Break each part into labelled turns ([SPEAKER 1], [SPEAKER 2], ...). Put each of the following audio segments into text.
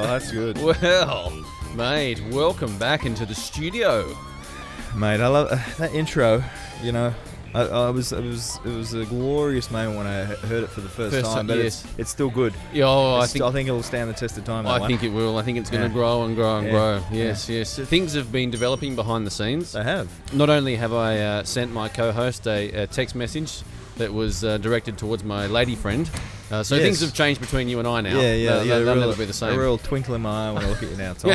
[SPEAKER 1] Oh, that's good,
[SPEAKER 2] Well, mate, welcome back into the studio.
[SPEAKER 1] mate. I love Uh, that intro. You know, I, I was it was it was a glorious moment when I heard it for the first,
[SPEAKER 2] First
[SPEAKER 1] time,
[SPEAKER 2] time,
[SPEAKER 1] but
[SPEAKER 2] yes.
[SPEAKER 1] it's, it's still good.
[SPEAKER 2] Yeah, oh, I
[SPEAKER 1] It's-
[SPEAKER 2] think
[SPEAKER 1] I think it'll stand the test of time. That
[SPEAKER 2] I
[SPEAKER 1] one.
[SPEAKER 2] think it will. I think it's going to
[SPEAKER 1] Yeah.
[SPEAKER 2] grow and grow and
[SPEAKER 1] Yeah.
[SPEAKER 2] grow. Yes, yes. Things have been developing behind the scenes.
[SPEAKER 1] they have.
[SPEAKER 2] Not only have I uh, sent my co-host a, a text message that was uh, directed towards my lady friend, uh, so
[SPEAKER 1] Yes.
[SPEAKER 2] things have changed between you and I now.
[SPEAKER 1] yeah, yeah,
[SPEAKER 2] They'll-
[SPEAKER 1] yeah.
[SPEAKER 2] they'll
[SPEAKER 1] a real,
[SPEAKER 2] never be the same.
[SPEAKER 1] A real twinkle in my eye when I look at you now, Tom.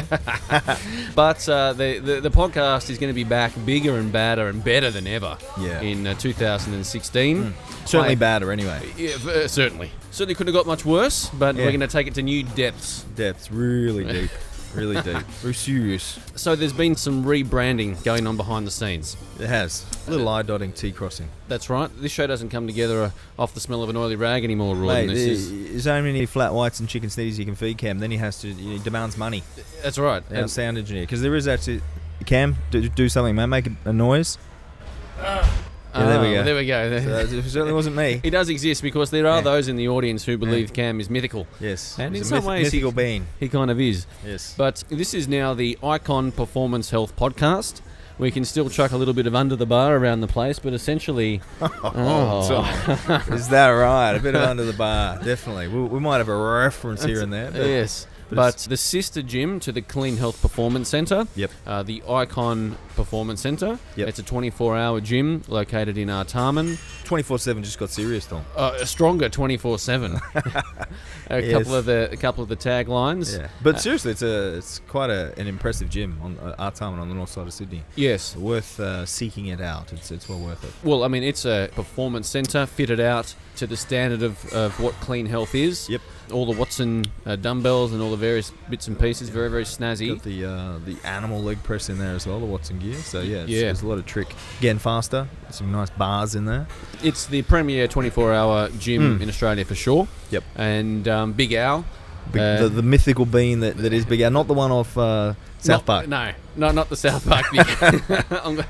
[SPEAKER 2] But uh, the, the the podcast is going to be back bigger and badder and better than ever.
[SPEAKER 1] Yeah. Mm.
[SPEAKER 2] In uh, 2016.
[SPEAKER 1] Certainly
[SPEAKER 2] I-
[SPEAKER 1] badder anyway.
[SPEAKER 2] Yeah, f- uh, certainly. Certainly couldn't have got much worse, but
[SPEAKER 1] Yeah.
[SPEAKER 2] we're going to take it to new depths.
[SPEAKER 1] Depths really deep, really deep. We're serious.
[SPEAKER 2] So there's been some rebranding going on behind the scenes.
[SPEAKER 1] It has little I dotting T crossing.
[SPEAKER 2] That's right. This show doesn't come together uh, off the smell of an oily rag anymore,
[SPEAKER 1] Mate,
[SPEAKER 2] Rawdon. This
[SPEAKER 1] there's,
[SPEAKER 2] is-
[SPEAKER 1] there's only many flat whites and chicken snitties you can feed Cam. Then he has to he demands money.
[SPEAKER 2] that's right.
[SPEAKER 1] Our
[SPEAKER 2] And-
[SPEAKER 1] sound engineer, because there is actually Cam, do, do something, man. Make a noise. Yeah, there we
[SPEAKER 2] Ah,
[SPEAKER 1] go.
[SPEAKER 2] There we go.
[SPEAKER 1] So that- it certainly wasn't me.
[SPEAKER 2] It does exist because there are
[SPEAKER 1] Yeah.
[SPEAKER 2] those in the audience who believe Cam is mythical.
[SPEAKER 1] Yes,
[SPEAKER 2] And
[SPEAKER 1] He's
[SPEAKER 2] in
[SPEAKER 1] a
[SPEAKER 2] some ways he-
[SPEAKER 1] mythical being.
[SPEAKER 2] He kind of is.
[SPEAKER 1] Yes,
[SPEAKER 2] But this is now the Icon Performance Health Podcast. We can still chuck a little bit of under the bar around the place, but essentially, Oh.
[SPEAKER 1] is that right? A bit of under the bar, definitely. We, we might have a reference here and there. But
[SPEAKER 2] yes.
[SPEAKER 1] but
[SPEAKER 2] But
[SPEAKER 1] it's-
[SPEAKER 2] the sister gym to the Clean Health Performance Centre,
[SPEAKER 1] Yep.
[SPEAKER 2] uh, the Icon Performance Centre.
[SPEAKER 1] Yep.
[SPEAKER 2] It's a 24-hour gym located in Artarmon.
[SPEAKER 1] Twenty-four seven just got serious, Tom.
[SPEAKER 2] Uh, a stronger 24/7. a
[SPEAKER 1] Yes.
[SPEAKER 2] couple of the a couple of the taglines.
[SPEAKER 1] Yeah, but seriously, it's a it's quite a, an impressive gym on uh, Artarmon on the north side of Sydney.
[SPEAKER 2] Yes.
[SPEAKER 1] Worth uh, seeking it out. It's it's well worth it.
[SPEAKER 2] Well, I mean, it's a performance centre fitted out to the standard of, of what clean health is.
[SPEAKER 1] Yep.
[SPEAKER 2] All the Watson uh, dumbbells and all the various bits and pieces, very very snazzy.
[SPEAKER 1] Got the uh, the animal leg press in there as well, the Watson gear. So yeah, it's,
[SPEAKER 2] Yeah.
[SPEAKER 1] there's a lot of trick. Again, faster. Some nice bars in there.
[SPEAKER 2] It's the premier 24-hour gym
[SPEAKER 1] Mm.
[SPEAKER 2] in Australia for sure.
[SPEAKER 1] Yep.
[SPEAKER 2] And um, Big Al.
[SPEAKER 1] Big,
[SPEAKER 2] Uh,
[SPEAKER 1] the, the mythical bean that, that is Big Al, not the one off uh, South
[SPEAKER 2] Not-
[SPEAKER 1] Park.
[SPEAKER 2] No, no, not the South Park. Big I'm go-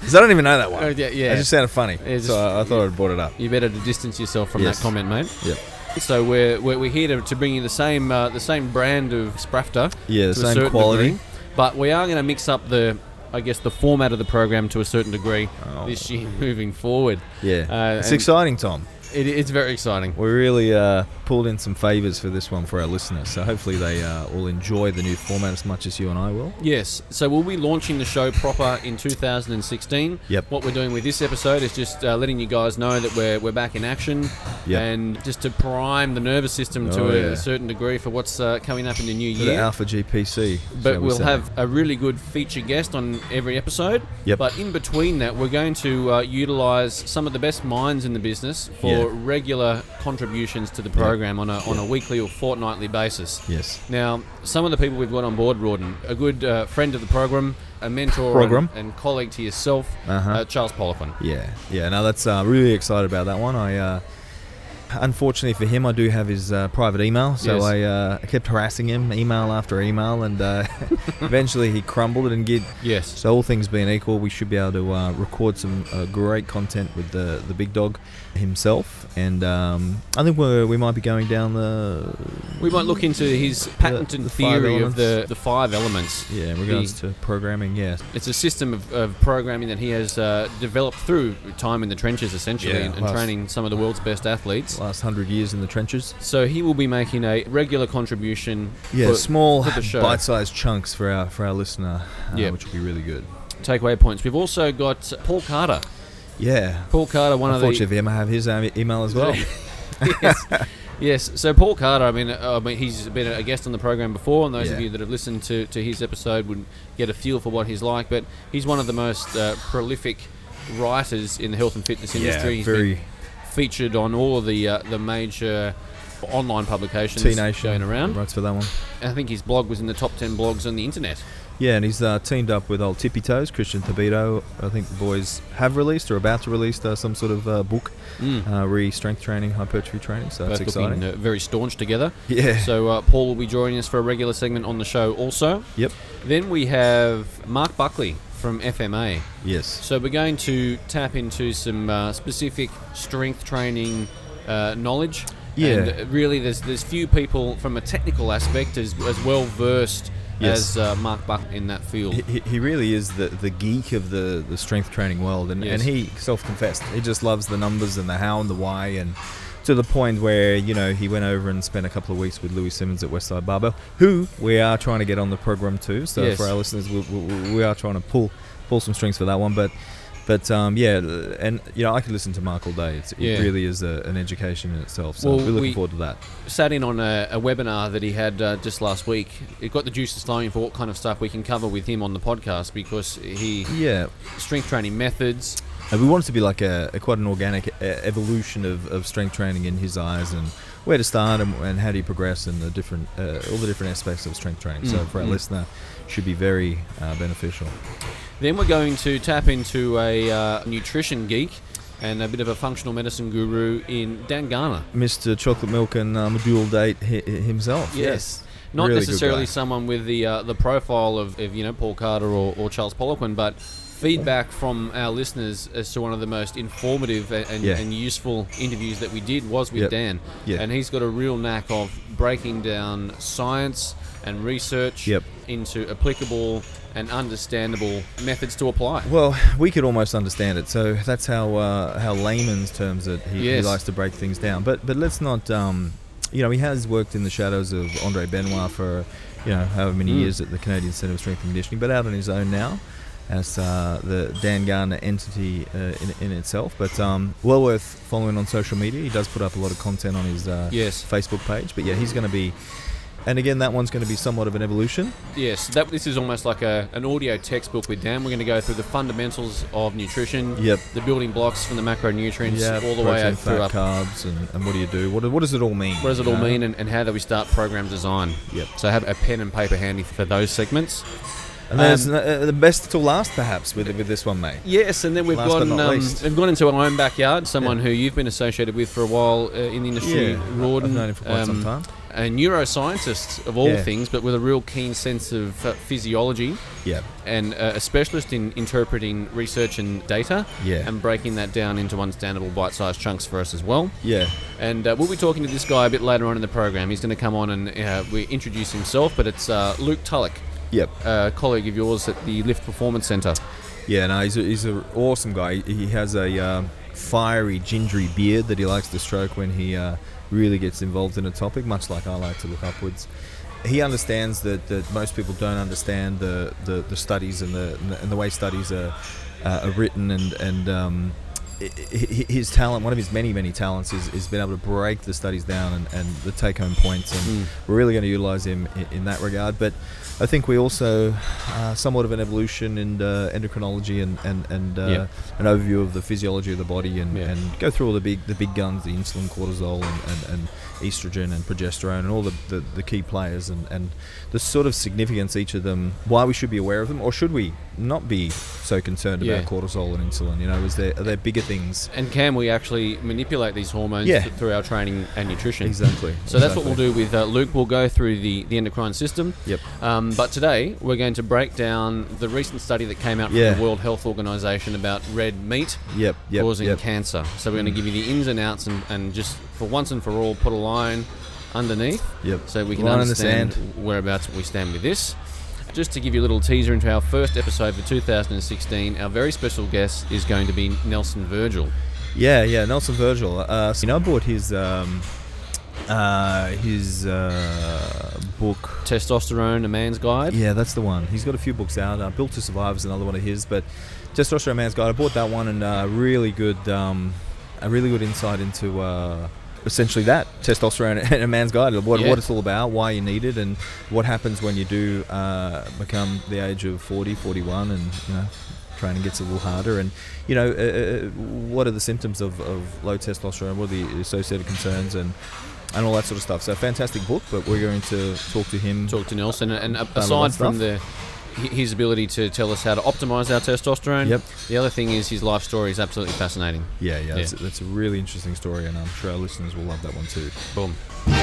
[SPEAKER 1] 'Cause I don't even know that one.
[SPEAKER 2] oh, yeah, yeah.
[SPEAKER 1] It just sounded funny,
[SPEAKER 2] Yeah, just-
[SPEAKER 1] so I, I thought I'd brought it up.
[SPEAKER 2] you better to distance yourself from
[SPEAKER 1] Yes.
[SPEAKER 2] that comment, mate.
[SPEAKER 1] Yep.
[SPEAKER 2] So we're, we're, we're here to, to bring you the same uh, the same brand of Sprafter.
[SPEAKER 1] Yeah, the
[SPEAKER 2] to a
[SPEAKER 1] same
[SPEAKER 2] certain
[SPEAKER 1] quality.
[SPEAKER 2] degree. But we are going to mix up the, I guess, the format of the program to a certain degree
[SPEAKER 1] Oh.
[SPEAKER 2] this year moving forward.
[SPEAKER 1] Yeah,
[SPEAKER 2] Uh,
[SPEAKER 1] it's
[SPEAKER 2] and-
[SPEAKER 1] exciting, Tom.
[SPEAKER 2] It, it's very exciting.
[SPEAKER 1] We really uh, pulled in some favours for this one for our listeners, so hopefully they uh, will enjoy the new format as much as you and I will.
[SPEAKER 2] Yes, so we'll be launching the show proper in 2016.
[SPEAKER 1] Yep.
[SPEAKER 2] What we're doing with this episode is just uh, letting you guys know that we're, we're back in action
[SPEAKER 1] Yep.
[SPEAKER 2] and just to prime the nervous system to
[SPEAKER 1] Oh,
[SPEAKER 2] a,
[SPEAKER 1] yeah.
[SPEAKER 2] certain degree for what's uh, coming up in the new
[SPEAKER 1] Bit of
[SPEAKER 2] year.
[SPEAKER 1] Alpha GPC,
[SPEAKER 2] But
[SPEAKER 1] shall we
[SPEAKER 2] we'll
[SPEAKER 1] say.
[SPEAKER 2] have a really good feature guest on every episode.
[SPEAKER 1] Yep.
[SPEAKER 2] But in between that, we're going to uh, utilize some of the best minds in the business for
[SPEAKER 1] Yeah.
[SPEAKER 2] regular contributions to the program on, a, on a weekly or fortnightly basis.
[SPEAKER 1] yes.
[SPEAKER 2] Now, some of the people we've got on board, Rawdon, a good uh, friend of the program, a mentor
[SPEAKER 1] Program.
[SPEAKER 2] And, and colleague to yourself,
[SPEAKER 1] Uh-huh.
[SPEAKER 2] uh, Charles Polifon.
[SPEAKER 1] Yeah, yeah. No, that's uh, really excited about that one. I uh, unfortunately for him, I do have his uh, private email, so
[SPEAKER 2] Yes.
[SPEAKER 1] I uh, kept harassing him, email after email, and uh, eventually he crumbled and get.
[SPEAKER 2] Yes.
[SPEAKER 1] So all things being equal, we should be able to uh, record some uh, great content with the the big dog himself, and um, I think we we might be going down the
[SPEAKER 2] We might look into his patented
[SPEAKER 1] the five
[SPEAKER 2] theory of
[SPEAKER 1] elements.
[SPEAKER 2] the, the five elements.
[SPEAKER 1] yeah in regards to programming. Yeah,
[SPEAKER 2] It's a system of, of programming that he has uh, developed through time in the trenches, essentially,
[SPEAKER 1] Yeah,
[SPEAKER 2] and, and
[SPEAKER 1] last-
[SPEAKER 2] training some of the world's best athletes.
[SPEAKER 1] last hundred years in the trenches.
[SPEAKER 2] So he will be making a regular contribution.
[SPEAKER 1] Yeah,
[SPEAKER 2] for
[SPEAKER 1] small
[SPEAKER 2] for the show.
[SPEAKER 1] bite-sized chunks for our for our listener, uh,
[SPEAKER 2] Yep.
[SPEAKER 1] which will be really good.
[SPEAKER 2] takeaway points. We've also got Paul Carter.
[SPEAKER 1] Yeah,
[SPEAKER 2] Paul Carter, one of the
[SPEAKER 1] Unfortunately, I have his um, email as well.
[SPEAKER 2] yes. yes. So Paul Carter, I mean, uh, I mean, he's been a guest on the program before, and those of
[SPEAKER 1] Yeah.
[SPEAKER 2] you that have listened to, to his episode would get a feel for what he's like. But he's one of the most uh, prolific writers in the health and fitness industry. He's
[SPEAKER 1] very.
[SPEAKER 2] been featured on all of the uh, the major online publications
[SPEAKER 1] T Nation
[SPEAKER 2] going around.
[SPEAKER 1] writes for that one.
[SPEAKER 2] And I think his blog was in the top ten blogs on the internet.
[SPEAKER 1] Yeah, and he's uh, teamed up with old Tippy Toes, Christian Tabito. I think the boys have released or about to release uh, some sort of uh, book,
[SPEAKER 2] Mm.
[SPEAKER 1] uh, re strength training, hypertrophy training. So that's
[SPEAKER 2] Both
[SPEAKER 1] exciting.
[SPEAKER 2] looking uh, very staunch together.
[SPEAKER 1] Yeah.
[SPEAKER 2] So uh, Paul will be joining us for a regular segment on the show. Also,
[SPEAKER 1] yep.
[SPEAKER 2] then we have Mark Buckley from FMA.
[SPEAKER 1] Yes.
[SPEAKER 2] So we're going to tap into some uh, specific strength training uh, knowledge
[SPEAKER 1] Yeah.
[SPEAKER 2] And really, there's there's few people from a technical aspect as, as well versed
[SPEAKER 1] Yes.
[SPEAKER 2] as uh, Mark Buck in that field.
[SPEAKER 1] He, he really is the, the geek of the, the strength training world, and, and
[SPEAKER 2] Yes.
[SPEAKER 1] he self confessed he just loves the numbers and the how and the why, and to the point where you know he went over and spent a couple of weeks with Louis Simmons at Westside Barbell, who we are trying to get on the program too. So
[SPEAKER 2] Yes.
[SPEAKER 1] for our listeners, we, we, we are trying to pull pull some strings for that one, but. But um, yeah, and you know I could listen to Mark all day. It's,
[SPEAKER 2] Yeah.
[SPEAKER 1] It really is a, an education in itself. So
[SPEAKER 2] Well,
[SPEAKER 1] we're looking
[SPEAKER 2] we-
[SPEAKER 1] forward to that.
[SPEAKER 2] Sat in on a, a webinar that he had uh, just last week. It got the juices flowing for what kind of stuff we can cover with him on the podcast because he
[SPEAKER 1] Yeah,
[SPEAKER 2] strength training methods.
[SPEAKER 1] And we want it to be like a, a quite an organic uh, evolution of, of strength training in his eyes, and where to start, and, and how do you progress, and the different uh, all the different aspects of strength training. So
[SPEAKER 2] Mm,
[SPEAKER 1] for our
[SPEAKER 2] mm.
[SPEAKER 1] listener, should be very uh, beneficial.
[SPEAKER 2] Then we're going to tap into a uh, nutrition geek and a bit of a functional medicine guru in Dan Garner.
[SPEAKER 1] Mr. Chocolate Milk and um, Dual Date hi- hi- himself.
[SPEAKER 2] Yes. Not
[SPEAKER 1] Really good guy.
[SPEAKER 2] necessarily someone with the uh, the profile of, of you know Paul Carter or, or Charles Poliquin, but feedback from our listeners as to one of the most informative a- and,
[SPEAKER 1] Yeah.
[SPEAKER 2] and useful interviews that we did was with
[SPEAKER 1] Yep.
[SPEAKER 2] Dan,
[SPEAKER 1] Yeah.
[SPEAKER 2] and he's got a real knack of breaking down science and research
[SPEAKER 1] Yep.
[SPEAKER 2] into applicable and understandable methods to apply.
[SPEAKER 1] Well, we could almost understand it. So that's how uh, how layman's terms it. He,
[SPEAKER 2] Yes.
[SPEAKER 1] he likes to break things down. But but let's not. Um, you know, he has worked in the shadows of Andre Benoit for you know however many
[SPEAKER 2] Mm.
[SPEAKER 1] years at the Canadian Centre of Strength and Conditioning, but out on his own now. As uh, the Dan Garner entity uh, in, in itself, but um, well worth following on social media. He does put up a lot of content on his uh,
[SPEAKER 2] Yes.
[SPEAKER 1] Facebook page, but yeah, he's going to be, and again, that one's going to be somewhat of an evolution.
[SPEAKER 2] Yes, that this is almost like a, an audio textbook with Dan. We're going to go through the fundamentals of nutrition,
[SPEAKER 1] Yep.
[SPEAKER 2] the building blocks from the macronutrients, all the way
[SPEAKER 1] protein,
[SPEAKER 2] out through
[SPEAKER 1] fat,
[SPEAKER 2] up.
[SPEAKER 1] carbs, and, and what do you do? What, what does it all mean?
[SPEAKER 2] What does it
[SPEAKER 1] you
[SPEAKER 2] all
[SPEAKER 1] know?
[SPEAKER 2] mean, and, and how do we start program design?
[SPEAKER 1] Yep.
[SPEAKER 2] So have a pen and paper handy for those segments.
[SPEAKER 1] And there's
[SPEAKER 2] Um,
[SPEAKER 1] uh, the best till last, perhaps, with with this one, mate.
[SPEAKER 2] Yes, and then we've
[SPEAKER 1] Last but
[SPEAKER 2] gone
[SPEAKER 1] not
[SPEAKER 2] um,
[SPEAKER 1] least.
[SPEAKER 2] we've gone into our own backyard. Someone
[SPEAKER 1] Yeah.
[SPEAKER 2] who you've been associated with for a while uh, in the industry, Rawdon,
[SPEAKER 1] I've known him for quite some
[SPEAKER 2] um,
[SPEAKER 1] time.
[SPEAKER 2] a neuroscientist of all
[SPEAKER 1] Yeah.
[SPEAKER 2] things, but with a real keen sense of uh, physiology.
[SPEAKER 1] Yeah,
[SPEAKER 2] and uh, a specialist in interpreting research and data
[SPEAKER 1] Yeah.
[SPEAKER 2] and breaking that down into understandable bite-sized chunks for us as well
[SPEAKER 1] yeah,
[SPEAKER 2] and uh, we'll be talking to this guy a bit later on in the program he's going to come on and uh, we introduce himself but it's uh, luke tullock
[SPEAKER 1] yep,
[SPEAKER 2] a colleague of yours at the lift performance centre
[SPEAKER 1] yeah. No, he's a, he's an awesome guy. He he has a um, fiery, gingery beard that he likes to stroke when he uh, really gets involved in a topic, much like I like to look upwards. He understands that, that most people don't understand the, the, the studies and the and the way studies are, uh, are written and and um, hi- hi- his talent, one of his many, many talents, is, is been able to break the studies down and, and the take home points.
[SPEAKER 2] Mm.
[SPEAKER 1] And we're really going to utilize him in, in that regard. But I think we also, uh, somewhat of an evolution in uh, endocrinology and, and, and uh,
[SPEAKER 2] Yeah.
[SPEAKER 1] an overview of the physiology of the body and,
[SPEAKER 2] Yeah.
[SPEAKER 1] and go through all the big the big guns, the insulin, cortisol, and, and, and estrogen and progesterone and all the, the, the key players and, and the sort of significance each of them, why we should be aware of them, or should we not be so concerned
[SPEAKER 2] Yeah.
[SPEAKER 1] about cortisol and insulin? You know, is there, are there bigger things?
[SPEAKER 2] and can we actually manipulate these hormones
[SPEAKER 1] Yeah.
[SPEAKER 2] th- through our training and nutrition
[SPEAKER 1] Exactly.
[SPEAKER 2] So that's what we'll do with uh, Luke. We'll go through the, the endocrine system.
[SPEAKER 1] Yep.
[SPEAKER 2] Um, but today we're going to break down the recent study that came out from
[SPEAKER 1] Yeah.
[SPEAKER 2] the World Health Organization about red meat
[SPEAKER 1] Yep. Yep.
[SPEAKER 2] causing
[SPEAKER 1] yep.
[SPEAKER 2] cancer. So we're going to give you the ins and outs and, and just for once and for all put a line underneath
[SPEAKER 1] Yep.
[SPEAKER 2] so we can
[SPEAKER 1] Line in the
[SPEAKER 2] understand
[SPEAKER 1] sand.
[SPEAKER 2] whereabouts we stand with this. Just to give you a little teaser into our first episode for 2016, our very special guest is going to be Nelson Virgil.
[SPEAKER 1] Yeah. Yeah. Nelson Virgil. Uh, you know, I bought his um, uh, his uh, book.
[SPEAKER 2] Testosterone, a man's guide.
[SPEAKER 1] Yeah, that's the one. He's got a few books out. Uh, Built to Survive is another one of his, but Testosterone Man's Guide. I bought that one, and uh, really good, um, a really good insight into uh, essentially that testosterone and a man's guide. What,
[SPEAKER 2] Yeah.
[SPEAKER 1] what it's all about, why you need it, and what happens when you do uh, become the age of 40, 41, and you know. Training gets a little harder, and you know, uh, uh, what are the symptoms of, of low testosterone? What are the associated concerns, and and all that sort of stuff. So, fantastic book, but we're going to talk to him
[SPEAKER 2] talk to Nelson, and, and
[SPEAKER 1] Done all that
[SPEAKER 2] aside from the hi- his ability to tell us how to optimize our testosterone,
[SPEAKER 1] Yep.
[SPEAKER 2] the other thing is his life story is absolutely fascinating.
[SPEAKER 1] Yeah, yeah, that's,
[SPEAKER 2] Yeah.
[SPEAKER 1] that's a really interesting story, and I'm sure our listeners will love that one too.
[SPEAKER 2] Boom. Ooh,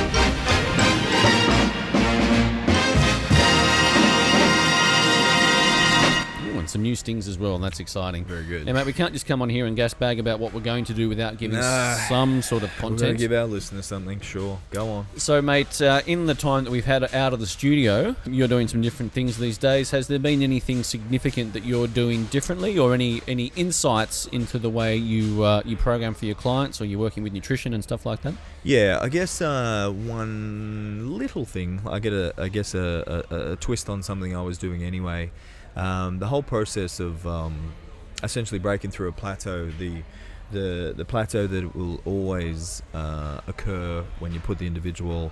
[SPEAKER 2] and and some new stings as well, and that's exciting.
[SPEAKER 1] Very good.
[SPEAKER 2] And mate, we can't just come on here and gas bag about what we're going to do without giving
[SPEAKER 1] Nah.
[SPEAKER 2] some sort of
[SPEAKER 1] We're going to
[SPEAKER 2] context.
[SPEAKER 1] give our listeners something, sure. Go on.
[SPEAKER 2] So, mate, uh, in the time that we've had out of the studio, you're doing some different things these days. Has there been anything significant that you're doing differently, or any any insights into the way you uh, you program for your clients, or you're working with nutrition and stuff like that?
[SPEAKER 1] Yeah, I guess uh, one little thing. I get a, I guess a, a, a twist on something I was doing anyway. Um, the whole process of um, essentially breaking through a plateau, the the the plateau that will always uh, occur when you put the individual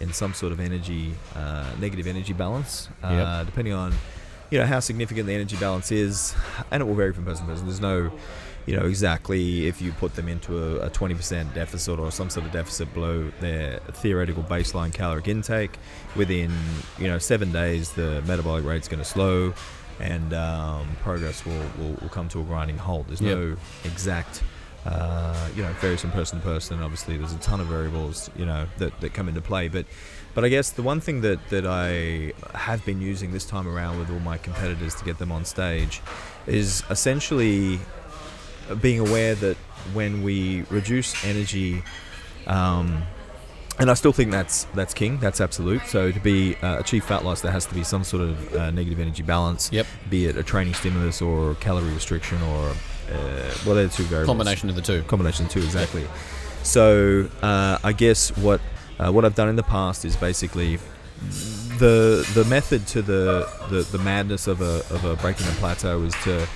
[SPEAKER 1] in some sort of energy uh, negative energy balance, uh,
[SPEAKER 2] Yep.
[SPEAKER 1] depending on you know how significant the energy balance is, and it will vary from person to person. There's no you know exactly if you put them into a, a 20% deficit or some sort of deficit below their theoretical baseline caloric intake within you know seven days the metabolic rate's going to slow and um, progress will, will, will come to a grinding halt there's
[SPEAKER 2] Yep.
[SPEAKER 1] no exact uh, you know it varies from person to person obviously there's a ton of variables you know that, that come into play but but I guess the one thing that, that I have been using this time around with all my competitors to get them on stage is essentially being aware that when we reduce energy, um, and I still think that's that's king, that's absolute. So to be uh, achieve fat loss, there has to be some sort of uh, negative energy balance,
[SPEAKER 2] Yep.
[SPEAKER 1] be it a training stimulus or calorie restriction or uh, well, they're the two variables.
[SPEAKER 2] Combination of the two.
[SPEAKER 1] Combination two, exactly. So uh, I guess what uh, what I've done in the past is basically the the method to the the, the madness of a of a breaking a plateau is to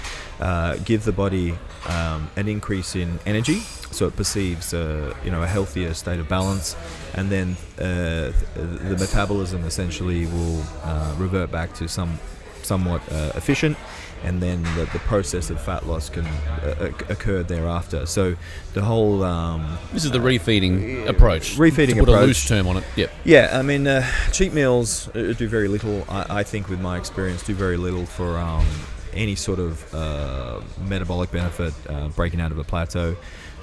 [SPEAKER 1] uh, give the body um, an increase in energy, so it perceives uh, you know a healthier state of balance, and then uh, th- the metabolism essentially will uh, revert back to some somewhat uh, efficient, and then the, the process of fat loss can uh, oc- occur thereafter. So the whole um,
[SPEAKER 2] This is the refeeding approach.
[SPEAKER 1] Refeeding
[SPEAKER 2] to put a
[SPEAKER 1] approach.
[SPEAKER 2] loose term on it. Yep.
[SPEAKER 1] Yeah, I mean, uh, cheat meals uh, do very little. I, I think, with my experience, do very little for um, any sort of uh, metabolic benefit. Uh, breaking out of a plateau,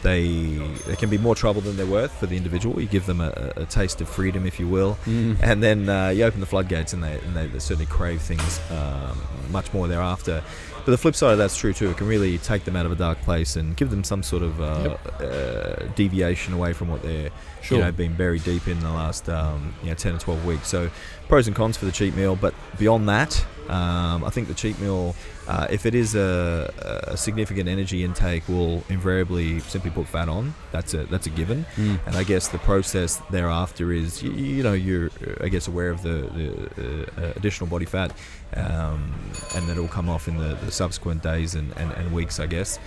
[SPEAKER 1] they they can be more trouble than they're worth for the individual. You give them a, a a taste of freedom, if you will,
[SPEAKER 2] Mm-hmm.
[SPEAKER 1] and then uh, you open the floodgates, and they and they, they certainly crave things um, much more thereafter. But the flip side of that's true too. It can really take them out of a dark place and give them some sort of uh, uh, deviation away from what they're
[SPEAKER 2] Sure.
[SPEAKER 1] you know, been buried deep in the last um, you know, 10 or 12 weeks. So, pros and cons for the cheat meal, but beyond that, um, I think the cheat meal, uh, if it is a, a significant energy intake, will invariably simply put fat on. That's a that's a given.
[SPEAKER 2] Mm.
[SPEAKER 1] And I guess the process thereafter is, you, you know, you're uh, I guess aware of the, the uh, uh, additional body fat, um, and that it will come off in the, the subsequent days and, and, and weeks, I guess.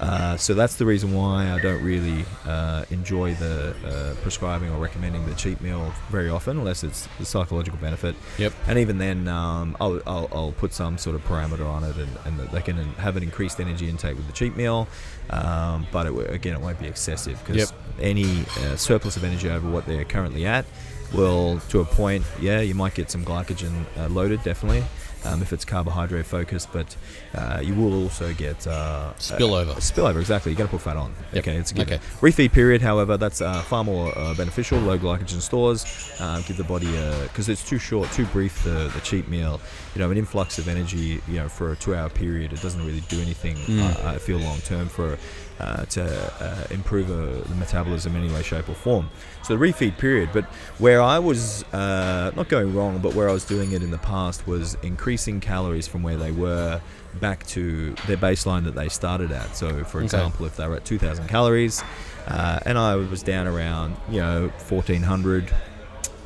[SPEAKER 1] Uh, so that's the reason why I don't really uh, enjoy the uh, prescribing or recommending the cheat meal very often, unless it's the psychological benefit.
[SPEAKER 2] Yep.
[SPEAKER 1] And even then, um, I'll, I'll, I'll put some sort of parameter on it, and, and that they can have an increased energy intake with the cheat meal, um, but it, w- again, it won't be excessive because
[SPEAKER 2] Yep.
[SPEAKER 1] any uh, surplus of energy over what they're currently at will, to a point, yeah, you might get some glycogen uh, loaded, definitely. Um, if it's carbohydrate focused, but uh, you will also get uh,
[SPEAKER 2] Spillover.
[SPEAKER 1] uh, spillover, exactly. You're going to put fat on.
[SPEAKER 2] Yep.
[SPEAKER 1] Okay, it's a given.
[SPEAKER 2] Okay.
[SPEAKER 1] Refeed period, however, that's uh, far more uh, beneficial. Low glycogen stores uh, give the body because it's too short, too brief. The, the cheat meal, you know, an influx of energy, you know, for a two-hour period, it doesn't really do anything.
[SPEAKER 2] Mm.
[SPEAKER 1] Uh, I feel long term for uh, to uh, improve uh, the metabolism in any way, shape, or form. So the refeed period, but where I was uh, not going wrong, but where I was doing it in the past was increasing calories from where they were back to their baseline that they started at. So, for example example, if they were at 2,000 calories, uh, and I was down around you know 1,400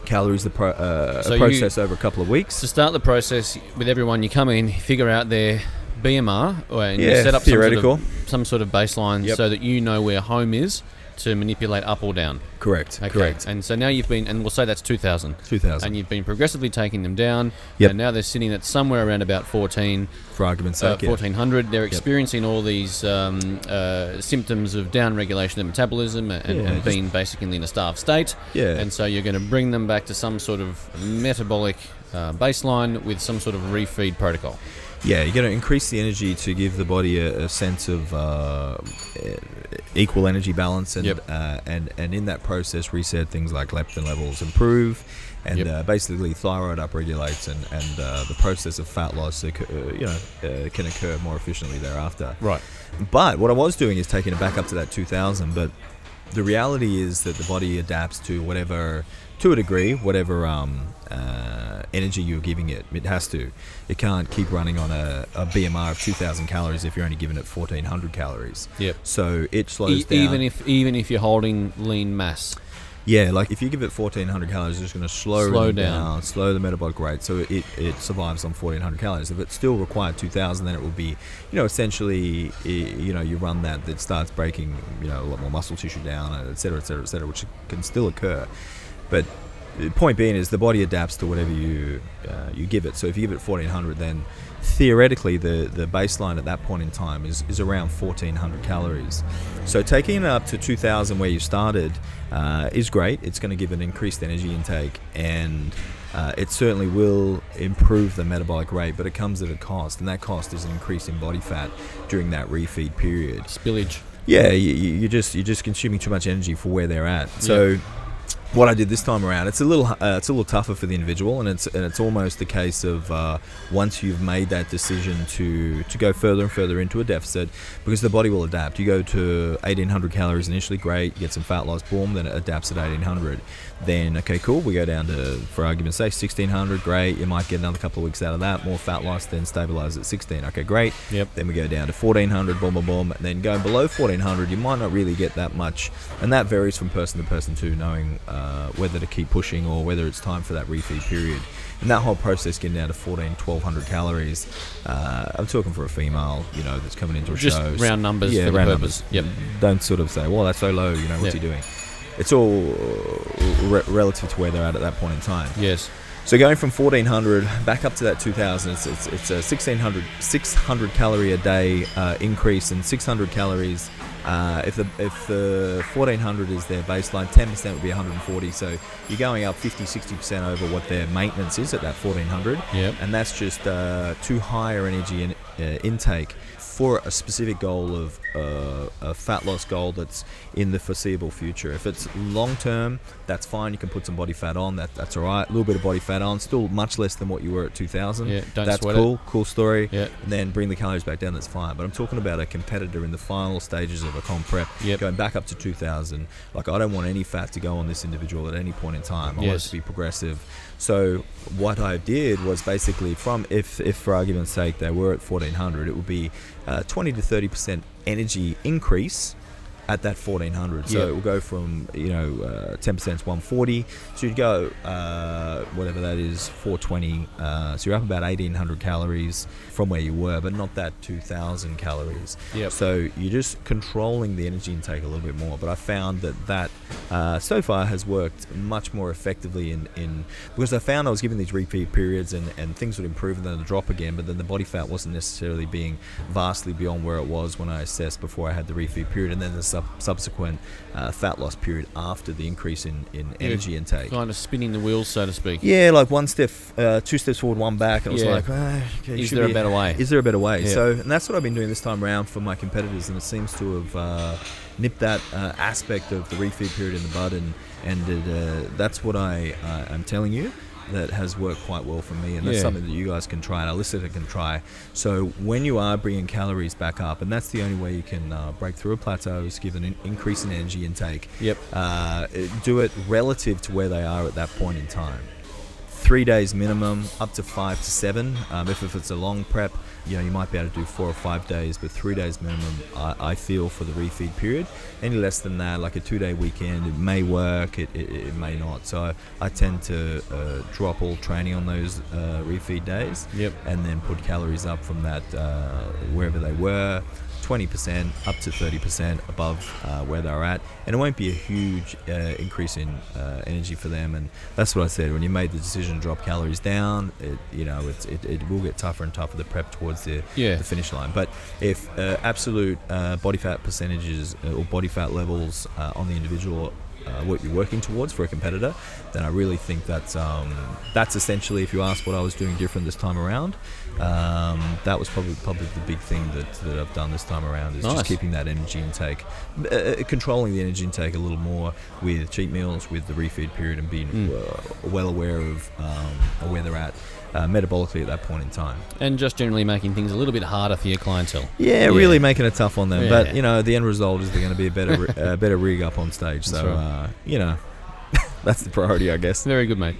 [SPEAKER 1] calories the pro- uh,
[SPEAKER 2] So you-
[SPEAKER 1] process over a couple of weeks.
[SPEAKER 2] To start the process with everyone, you come in, figure out their BMR, or, and you
[SPEAKER 1] Yeah,
[SPEAKER 2] set up
[SPEAKER 1] theoretical.
[SPEAKER 2] Some, sort of, some sort of baseline
[SPEAKER 1] Yep.
[SPEAKER 2] so that you know where home is to manipulate up or down.
[SPEAKER 1] Correct.
[SPEAKER 2] Okay.
[SPEAKER 1] Correct.
[SPEAKER 2] And so now you've been, and we'll say that's 2,000.
[SPEAKER 1] 2,000.
[SPEAKER 2] And you've been progressively taking them down.
[SPEAKER 1] Yep.
[SPEAKER 2] And now they're sitting at somewhere around about 14,
[SPEAKER 1] for argument's
[SPEAKER 2] uh,
[SPEAKER 1] sake, yeah.
[SPEAKER 2] 1400. They're experiencing all these um, uh, symptoms of down regulation of metabolism and,
[SPEAKER 1] Yeah,
[SPEAKER 2] and
[SPEAKER 1] just-
[SPEAKER 2] being basically in a starved state.
[SPEAKER 1] Yeah.
[SPEAKER 2] And so you're going to bring them back to some sort of metabolic uh, baseline with some sort of refeed protocol.
[SPEAKER 1] Yeah, you're going to increase the energy to give the body a, a sense of uh, equal energy balance, and
[SPEAKER 2] Yep.
[SPEAKER 1] uh, and and in that process, we said things like leptin levels improve, and
[SPEAKER 2] Yep.
[SPEAKER 1] uh, basically thyroid upregulates, and and uh, the process of fat loss, occur, uh, you know, uh, can occur more efficiently thereafter.
[SPEAKER 2] Right.
[SPEAKER 1] But what I was doing is taking it back up to that 2000. But the reality is that the body adapts to whatever, to a degree, whatever um, uh, energy you're giving it. It has to. It can't keep running on a, a BMR of 2000 calories if you're only giving it 1400 calories.
[SPEAKER 2] Yep.
[SPEAKER 1] So it slows
[SPEAKER 2] E-
[SPEAKER 1] down.
[SPEAKER 2] even if even if you're holding lean mass.
[SPEAKER 1] yeah, like if you give it 1400 calories, it's just going to slow,
[SPEAKER 2] Slow
[SPEAKER 1] them
[SPEAKER 2] down.
[SPEAKER 1] slow the metabolic rate, so it, it survives on 1400 calories. If it still required 2000, then it will be, you know, essentially, i- you know, you run that that starts breaking, you know, a lot more muscle tissue down, and et cetera, et cetera, et cetera, which can still occur. But the point being is the body adapts to whatever you uh, you give it. So if you give it 1400, then theoretically the the baseline at that point in time is is around 1400 calories. So taking it up to 2000 where you started uh, is great. It's going to give an increased energy intake and uh, it certainly will improve the metabolic rate, but it comes at a cost, and that cost is an increase in body fat during that refeed period.
[SPEAKER 2] Spillage.
[SPEAKER 1] Yeah, you, you- you're just you're just consuming too much energy for where they're at. So, what I did this time around, it's a little uh, it's a little tougher for the individual, and it's and it's almost a case of uh, once you've made that decision to to go further and further into a deficit, because the body will adapt. You go to 1800 calories initially, great, you get some fat loss, boom, then it adapts at 1800. Then okay, cool, we go down to for argument's sake 1600, great. You might get another couple of weeks out of that, more fat loss, then stabilize at 16. Okay, great.
[SPEAKER 2] Yep.
[SPEAKER 1] Then we go down to 1400, boom, boom, boom. And then going below 1400, you might not really get that much. And that varies from person to person too, knowing uh, whether to keep pushing or whether it's time for that refeed period. And that whole process getting down to 14, 1200 calories. Uh, I'm talking for a female, you know, that's coming into a
[SPEAKER 2] Just
[SPEAKER 1] show.
[SPEAKER 2] round numbers
[SPEAKER 1] Yeah,
[SPEAKER 2] for the
[SPEAKER 1] round
[SPEAKER 2] purpose. Yep.
[SPEAKER 1] Don't sort of say, well, that's so low, you know, what's
[SPEAKER 2] Yeah.
[SPEAKER 1] he doing? It's all uh, re- relative to where they're at at that point in time.
[SPEAKER 2] Yes.
[SPEAKER 1] So going from 1400 back up to that 2000, it's, it's, it's a 1600 600 calorie a day uh, increase and 600 calories. Uh, if the if the 1400 is their baseline, 10% would be 140. So you're going up 50, 60% over what their maintenance is at that 1400
[SPEAKER 2] Yep.
[SPEAKER 1] and that's just uh, too higher energy in, uh, intake for a specific goal of uh, a fat loss goal that's in the foreseeable future. If it's long term, that's fine. You can put some body fat on. That that's all right. A little bit of body fat on, still much less than what you were at 2000.
[SPEAKER 2] Yeah, don't
[SPEAKER 1] that's
[SPEAKER 2] sweat it.
[SPEAKER 1] cool. Cool story.
[SPEAKER 2] Yeah.
[SPEAKER 1] And then bring the calories back down. That's fine. But I'm talking about a competitor in the final stages of a comp prep,
[SPEAKER 2] Yep.
[SPEAKER 1] going back up to 2000. Like I don't want any fat to go on this individual at any point in time. I want it
[SPEAKER 2] Yes.
[SPEAKER 1] to be progressive. So what I did was basically from if, if for argument's sake they were at 1400, it would be uh, 20 to 30 percent energy increase at that 1400. So
[SPEAKER 2] Yep.
[SPEAKER 1] it will go from you know uh, 10 percent is 140. So you'd go uh, whatever that is 420. Uh, so you're up about 1800 calories from where you were, but not that 2000 calories.
[SPEAKER 2] Yep.
[SPEAKER 1] So you're just controlling the energy intake a little bit more. But I found that that uh, so far has worked much more effectively in, in because I found I was given these repeat periods and, and things would improve and then it'd drop again, but then the body fat wasn't necessarily being vastly beyond where it was when I assessed before I had the refeed period and then the sub- subsequent uh, fat loss period after the increase in, in
[SPEAKER 2] Yeah,
[SPEAKER 1] energy intake.
[SPEAKER 2] Kind of spinning the wheels, so to speak.
[SPEAKER 1] Yeah, like one step, uh, two steps forward, one back, and it was
[SPEAKER 2] Yeah.
[SPEAKER 1] like, ah, okay, you
[SPEAKER 2] Is
[SPEAKER 1] should
[SPEAKER 2] there a
[SPEAKER 1] be-
[SPEAKER 2] better way?
[SPEAKER 1] Is there a better way?
[SPEAKER 2] Yeah.
[SPEAKER 1] So, and that's what I've been doing this time around for my competitors, and it seems to have uh, nipped that uh, aspect of the refeed period in the bud, and and it, uh, that's what I uh, am telling you. That has worked quite well for me, and that's
[SPEAKER 2] Yeah.
[SPEAKER 1] something that you guys can try, and our listener can try. So when you are bringing calories back up, and that's the only way you can uh, break through a plateau is give an in- increase in energy intake.
[SPEAKER 2] Yep.
[SPEAKER 1] Uh, do it relative to where they are at that point in time three days minimum, up to five to seven. Um, if, if it's a long prep, you know, you might be able to do four or five days, but three days minimum, I, I feel, for the refeed period. Any less than that, like a two day weekend, it may work, it, it, it may not. So I, I tend to uh, drop all training on those uh, refeed days
[SPEAKER 2] Yep.
[SPEAKER 1] and then put calories up from that uh, wherever they were. 20% up to 30% above uh, where they're at, and it won't be a huge uh, increase in uh, energy for them. And that's what I said when you made the decision to drop calories down. It, you know, it's, it, it will get tougher and tougher the prep towards the,
[SPEAKER 2] Yeah.
[SPEAKER 1] the finish line. But if uh, absolute uh, body fat percentages uh, or body fat levels uh, on the individual uh, what you're working towards for a competitor, then I really think that's um, that's essentially, if you ask what I was doing different this time around, um, that was probably probably the big thing that, that I've done this time around is
[SPEAKER 2] Nice.
[SPEAKER 1] just keeping that energy intake, uh, uh, controlling the energy intake a little more with cheat meals, with the refeed period, and being
[SPEAKER 2] Hmm.
[SPEAKER 1] uh, well aware of um, where they're at uh, metabolically at that point in time.
[SPEAKER 2] and just generally making things a little bit harder for your clientele.
[SPEAKER 1] Yeah, really making it tough on them.
[SPEAKER 2] Yeah.
[SPEAKER 1] But you know, the end result is they're going to be a better, ri- uh, better rig up on stage.
[SPEAKER 2] That's
[SPEAKER 1] So
[SPEAKER 2] right.
[SPEAKER 1] uh, you know, that's the priority, I guess.
[SPEAKER 2] Very good, mate.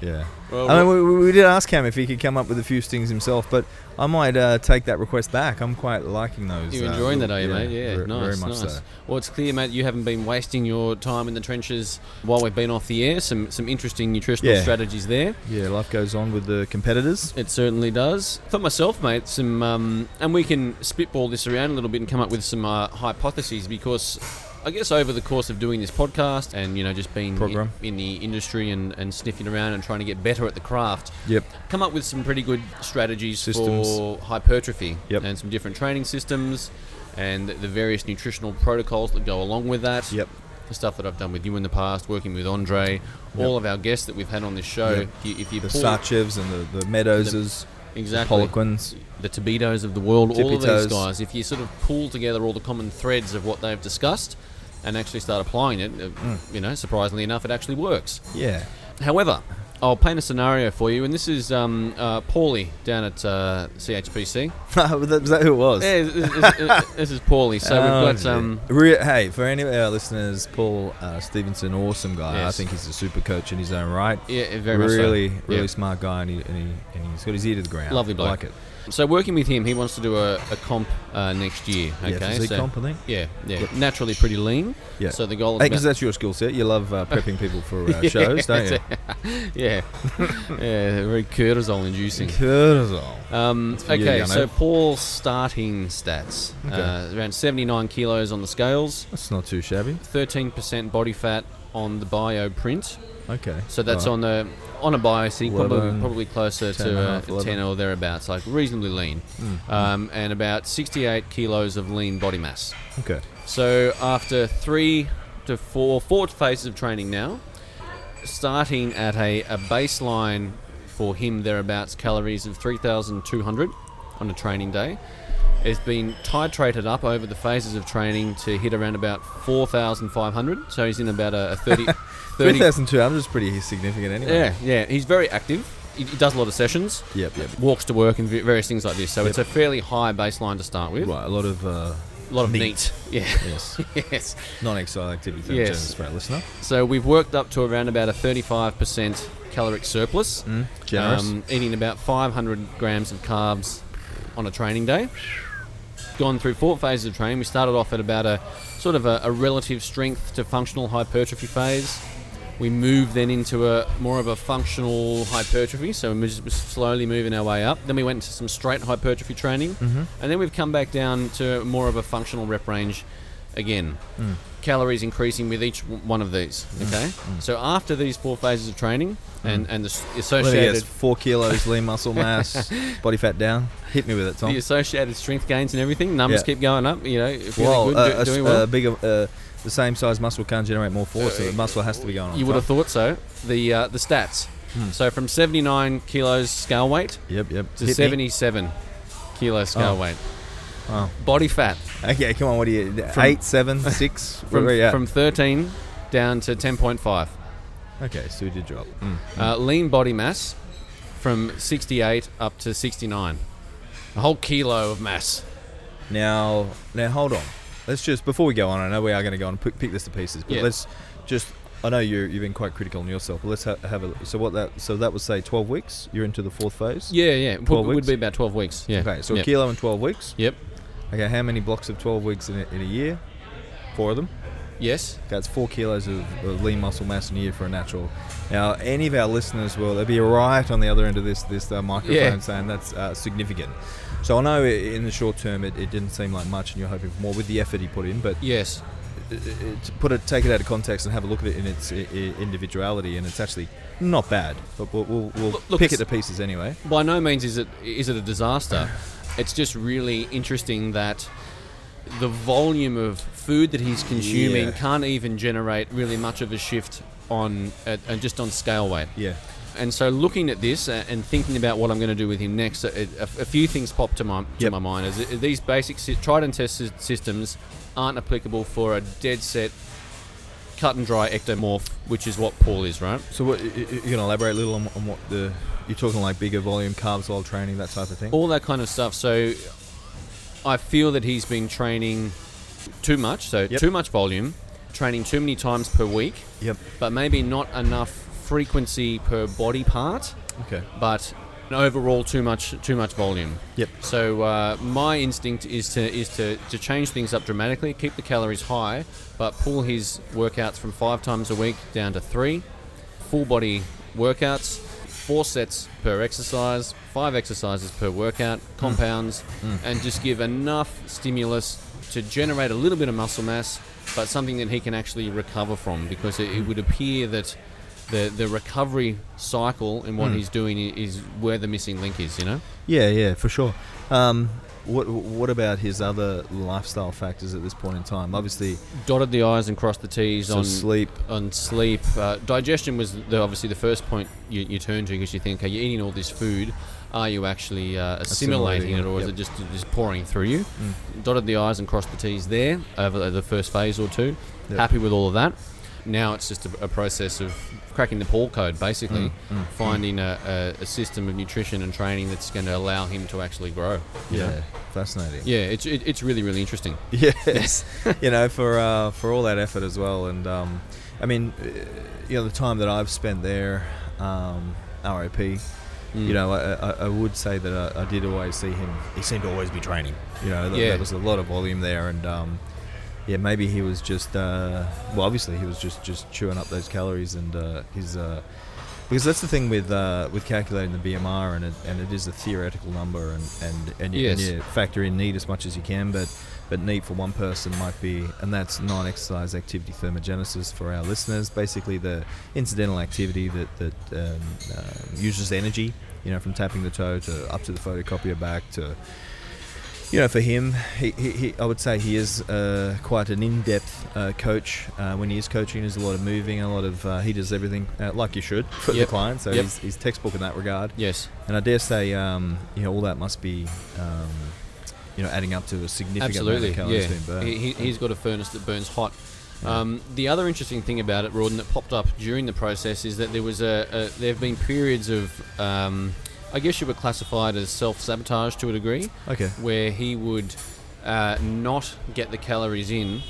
[SPEAKER 1] Yeah.
[SPEAKER 2] Ah. Well,
[SPEAKER 1] I mean, we, we- we did ask Cam if he could come up with a few stings himself, but I might uh, take that request back. I'm quite liking those.
[SPEAKER 2] You're
[SPEAKER 1] uh,
[SPEAKER 2] enjoying that,
[SPEAKER 1] little-
[SPEAKER 2] are you, mate? Yeah,
[SPEAKER 1] ver- very
[SPEAKER 2] nice,
[SPEAKER 1] much
[SPEAKER 2] nice.
[SPEAKER 1] so.
[SPEAKER 2] Well, it's clear, mate, you haven't been wasting your time in the trenches while we've been off the air. Some some interesting nutritional
[SPEAKER 1] Yeah.
[SPEAKER 2] strategies there.
[SPEAKER 1] Yeah, life goes on with the competitors.
[SPEAKER 2] It certainly does. For myself, mate, some um, and we can spitball this around a little bit and come up with some uh, hypotheses because I guess over the course of doing this podcast and you know just being
[SPEAKER 1] Program.
[SPEAKER 2] in, in the industry and, and sniffing around and trying to get better at the craft,
[SPEAKER 1] Yep.
[SPEAKER 2] come up with some pretty good strategies
[SPEAKER 1] Systems.
[SPEAKER 2] for hypertrophy
[SPEAKER 1] Yep.
[SPEAKER 2] and some different training systems and the various nutritional protocols that go along with that.
[SPEAKER 1] Yep.
[SPEAKER 2] The stuff that I've done with you in the past, working with Andre, all of our guests that we've had on this show.
[SPEAKER 1] Yep.
[SPEAKER 2] If you, if you
[SPEAKER 1] The
[SPEAKER 2] pull-
[SPEAKER 1] Sarchevs and the, the Meadowses,
[SPEAKER 2] exactly
[SPEAKER 1] the Poliquins.
[SPEAKER 2] the Tobitos of the world, all of these
[SPEAKER 1] Tippy-toes.
[SPEAKER 2] guys, if you sort of pull together all the common threads of what they've discussed and actually start applying it, uh,
[SPEAKER 1] Hmm.
[SPEAKER 2] you know, surprisingly enough, it actually works.
[SPEAKER 1] Yeah.
[SPEAKER 2] However, I'll paint a scenario for you, and this is um, uh, Paulie down at uh, CHPC.
[SPEAKER 1] was that was that who it was?
[SPEAKER 2] Yeah, this, this- this is Paulie. So
[SPEAKER 1] Oh,
[SPEAKER 2] we've got
[SPEAKER 1] dear.
[SPEAKER 2] um,
[SPEAKER 1] Re- hey, for any of our listeners, Paul uh, Stevenson, awesome guy. I
[SPEAKER 2] Yes.
[SPEAKER 1] think he's a super coach in his own right.
[SPEAKER 2] yeah, very much so.
[SPEAKER 1] really, really
[SPEAKER 2] Yeah.
[SPEAKER 1] smart guy, and, he, and, he, and he's got his ear to the ground.
[SPEAKER 2] Lovely
[SPEAKER 1] I
[SPEAKER 2] bloke.
[SPEAKER 1] like it.
[SPEAKER 2] So working with him, he wants to do a, a comp uh, next year. Okay,
[SPEAKER 1] Yeah, physique
[SPEAKER 2] so
[SPEAKER 1] comp, I think.
[SPEAKER 2] yeah, yeah,
[SPEAKER 1] Yep.
[SPEAKER 2] naturally pretty lean.
[SPEAKER 1] Yeah.
[SPEAKER 2] So the goal is
[SPEAKER 1] Hey,
[SPEAKER 2] about-
[SPEAKER 1] because that's your skill set. You love uh, prepping people for uh, shows, don't you?
[SPEAKER 2] yeah, yeah, very cortisol inducing.
[SPEAKER 1] Cortisol.
[SPEAKER 2] Um,
[SPEAKER 1] for you,
[SPEAKER 2] okay,
[SPEAKER 1] Yano.
[SPEAKER 2] so Paul's starting stats uh, around 79 kilos on the scales,
[SPEAKER 1] That's not too shabby.
[SPEAKER 2] 13% body fat on the bio print.
[SPEAKER 1] Okay.
[SPEAKER 2] So that's
[SPEAKER 1] Right.
[SPEAKER 2] on the on a bio, so you're probably,
[SPEAKER 1] 11,
[SPEAKER 2] probably closer
[SPEAKER 1] 10
[SPEAKER 2] to
[SPEAKER 1] and a
[SPEAKER 2] uh
[SPEAKER 1] half, Hmm. 11.
[SPEAKER 2] 10 or thereabouts, like reasonably lean, um, and about 68 kilos of lean body mass.
[SPEAKER 1] Okay.
[SPEAKER 2] So after three to four, four phases of training now, starting at a, a baseline for him thereabouts calories of 3,200 on a training day. It's been titrated up over the phases of training to hit around about 4,500. So he's in about a, a 30, 30
[SPEAKER 1] 3,200 is pretty significant anyway.
[SPEAKER 2] Yeah, yeah. He's very active. He, he does a lot of sessions,
[SPEAKER 1] Yep, yep.
[SPEAKER 2] walks to work, and v- various things like this. So
[SPEAKER 1] Yep.
[SPEAKER 2] it's a fairly high baseline to start with.
[SPEAKER 1] Right, a lot of, uh,
[SPEAKER 2] A lot of neat.
[SPEAKER 1] Neat.
[SPEAKER 2] Yeah.
[SPEAKER 1] yes,
[SPEAKER 2] yes.
[SPEAKER 1] non-exile activity
[SPEAKER 2] Yes.
[SPEAKER 1] yes. for our listener.
[SPEAKER 2] So we've worked up to around about a 35% caloric surplus, Um,
[SPEAKER 1] Mm, generous.
[SPEAKER 2] eating about 500 grams of carbs on a training day. Gone through four phases of training. We started off at about a sort of a, a relative strength to functional hypertrophy phase. We moved then into a more of a functional hypertrophy, so we're just slowly moving our way up. Then we went to some straight hypertrophy training,
[SPEAKER 1] Mm-hmm.
[SPEAKER 2] and then we've come back down to more of a functional rep range again.
[SPEAKER 1] Mm.
[SPEAKER 2] Calories increasing with each w- one of these. Okay, so after these four phases of training and and the s-
[SPEAKER 1] Mm. Well, yes,
[SPEAKER 2] associated
[SPEAKER 1] four kilos lean muscle mass, body fat down. Hit me with it, Tom.
[SPEAKER 2] the associated strength gains and everything numbers
[SPEAKER 1] Yeah.
[SPEAKER 2] keep going up. You know, feeling
[SPEAKER 1] Well,
[SPEAKER 2] good,
[SPEAKER 1] uh,
[SPEAKER 2] do-
[SPEAKER 1] a s-
[SPEAKER 2] doing
[SPEAKER 1] a
[SPEAKER 2] well.
[SPEAKER 1] bigger, uh, the same size muscle can't generate more force, so the muscle has to be going on.
[SPEAKER 2] you would have
[SPEAKER 1] top.
[SPEAKER 2] thought so. The uh, the stats. So from 79 kilos scale weight
[SPEAKER 1] Yep, yep.
[SPEAKER 2] to
[SPEAKER 1] Hmm. Hit me.
[SPEAKER 2] 77 kilo scale
[SPEAKER 1] Oh.
[SPEAKER 2] weight.
[SPEAKER 1] Oh.
[SPEAKER 2] Body fat
[SPEAKER 1] Okay, come on. What are you?
[SPEAKER 2] From-
[SPEAKER 1] eight, seven, six.
[SPEAKER 2] from,
[SPEAKER 1] where are you at?
[SPEAKER 2] from 13 down to 10.5.
[SPEAKER 1] okay, so we did drop. Mm.
[SPEAKER 2] Uh, lean body mass from 68 up to 69. A whole kilo of mass.
[SPEAKER 1] Now, now hold on. Let's just before we go on. I know we are going to go on and pick, pick this to pieces, but
[SPEAKER 2] Yeah.
[SPEAKER 1] let's just. I know you you've been quite critical on yourself, but let's ha- have a. look. So what that? So that would say twelve weeks. You're into the fourth phase.
[SPEAKER 2] Yeah, yeah. It
[SPEAKER 1] 12
[SPEAKER 2] would
[SPEAKER 1] weeks?
[SPEAKER 2] be about 12 weeks. Yeah.
[SPEAKER 1] Okay, so
[SPEAKER 2] yep.
[SPEAKER 1] a kilo in twelve weeks.
[SPEAKER 2] Yep.
[SPEAKER 1] Okay, how many blocks of twelve weeks in a, in a year? Four of them.
[SPEAKER 2] Yes.
[SPEAKER 1] That's four kilos of, of lean muscle mass in a year for a natural. Now, any of our listeners will there'll be a riot on the other end of this this uh, microphone
[SPEAKER 2] Yeah.
[SPEAKER 1] saying that's uh, significant. So I know i- in the short term it, it didn't seem like much, and you're hoping for more with the effort he put in. But
[SPEAKER 2] Yes.
[SPEAKER 1] i- i- to put it, take it out of context, and have a look at it in its i- i- individuality, and it's actually not bad. But we'll, we'll, we'll
[SPEAKER 2] Look- look,
[SPEAKER 1] pick it to
[SPEAKER 2] it's-
[SPEAKER 1] pieces anyway.
[SPEAKER 2] By no means is it is it a disaster. it's just really interesting that the volume of food that he's consuming
[SPEAKER 1] Yeah.
[SPEAKER 2] can't even generate really much of a shift on uh, uh, just on scale weight.
[SPEAKER 1] Yeah.
[SPEAKER 2] And so, looking at this uh, and thinking about what I'm going to do with him next, uh, a, a, a few things pop to my to
[SPEAKER 1] Yep.
[SPEAKER 2] my mind. Is that these basic sy- tried and tested systems aren't applicable for a dead set, cut and dry ectomorph, which is what Paul is, right?
[SPEAKER 1] So what, you, you can elaborate a little on, on what the you're talking like bigger volume carbs while training that type of thing.
[SPEAKER 2] all that kind of stuff. So I feel that he's been training too much, so
[SPEAKER 1] Yep.
[SPEAKER 2] too much volume, training too many times per week,
[SPEAKER 1] Yep.
[SPEAKER 2] but maybe not enough frequency per body part,
[SPEAKER 1] Okay.
[SPEAKER 2] but overall too much too much volume.
[SPEAKER 1] Yep.
[SPEAKER 2] So uh, my instinct is to is to, to change things up dramatically, keep the calories high, but pull his workouts from five times a week down to three, full body workouts, four sets per exercise, five exercises per workout, compounds, and just give enough stimulus to generate a little bit of muscle mass, but something that he can actually recover from, because it, it would appear that. The, the recovery cycle and what he's doing i- is where the missing link is, you know?
[SPEAKER 1] Yeah, yeah, for sure. Um, what what about his other lifestyle factors at this point in time? Obviously,
[SPEAKER 2] dotted the i's and crossed the t's
[SPEAKER 1] so
[SPEAKER 2] on
[SPEAKER 1] sleep.
[SPEAKER 2] on sleep. Uh, digestion was the, obviously the first point you, you turn to because you think, are you eating all this food? Are you actually uh, assimilating,
[SPEAKER 1] Assimilating
[SPEAKER 2] it, or is
[SPEAKER 1] it,
[SPEAKER 2] it just just pouring through you?
[SPEAKER 1] Mm.
[SPEAKER 2] Dotted the i's and crossed the t's there over the first phase or two.
[SPEAKER 1] Yep.
[SPEAKER 2] Happy with all of that. Now it's just a, a process of cracking the Paul code,
[SPEAKER 1] Mm,
[SPEAKER 2] basically finding a, a, a system of nutrition and training that's going to allow him to actually grow. you know?
[SPEAKER 1] Yeah, fascinating.
[SPEAKER 2] yeah, it's it, it's really really interesting.
[SPEAKER 1] Yes, you know, for uh, for all that effort as well, and um, I mean, uh, you know, the time that I've spent there, um, ROP.
[SPEAKER 2] Mm.
[SPEAKER 1] You know, I, I, I would say that I, I did always see him. He seemed to always be training. You know, th-
[SPEAKER 2] Yeah.
[SPEAKER 1] there was a lot of volume there, and um, yeah, maybe he was just uh, well, obviously he was just just chewing up those calories and uh, his. Uh, because that's the thing with uh, with calculating the BMR, and it, and it is a theoretical number, and and and you, and
[SPEAKER 2] Yes.
[SPEAKER 1] you factor in need as much as you can, but but need for one person might be, and that's non-exercise activity thermogenesis for our listeners. Basically, the incidental activity that that um, um, uses energy, you know, from tapping the toe to up to the photocopier back to you know, for him, he, he, he I would say he is uh, quite an in-depth uh, coach. Uh, when he is coaching, there's a lot of moving, a lot of uh, he does everything uh, like you should for
[SPEAKER 2] Yep.
[SPEAKER 1] the client. So
[SPEAKER 2] Yep.
[SPEAKER 1] he's, he's textbook in that regard.
[SPEAKER 2] Yes,
[SPEAKER 1] And I dare say, um, you know, all that must be, um, you know, adding up to a significant
[SPEAKER 2] Absolutely,
[SPEAKER 1] amount of calories being
[SPEAKER 2] yeah.
[SPEAKER 1] burned.
[SPEAKER 2] He, he, he's got a furnace that burns hot. Um, the other interesting thing about it, Rawdon, that popped up during the process is that there was a, a there have been periods of, um, I guess you were classified as self sabotage to a degree,
[SPEAKER 1] okay.
[SPEAKER 2] where he would uh, not get the calories in,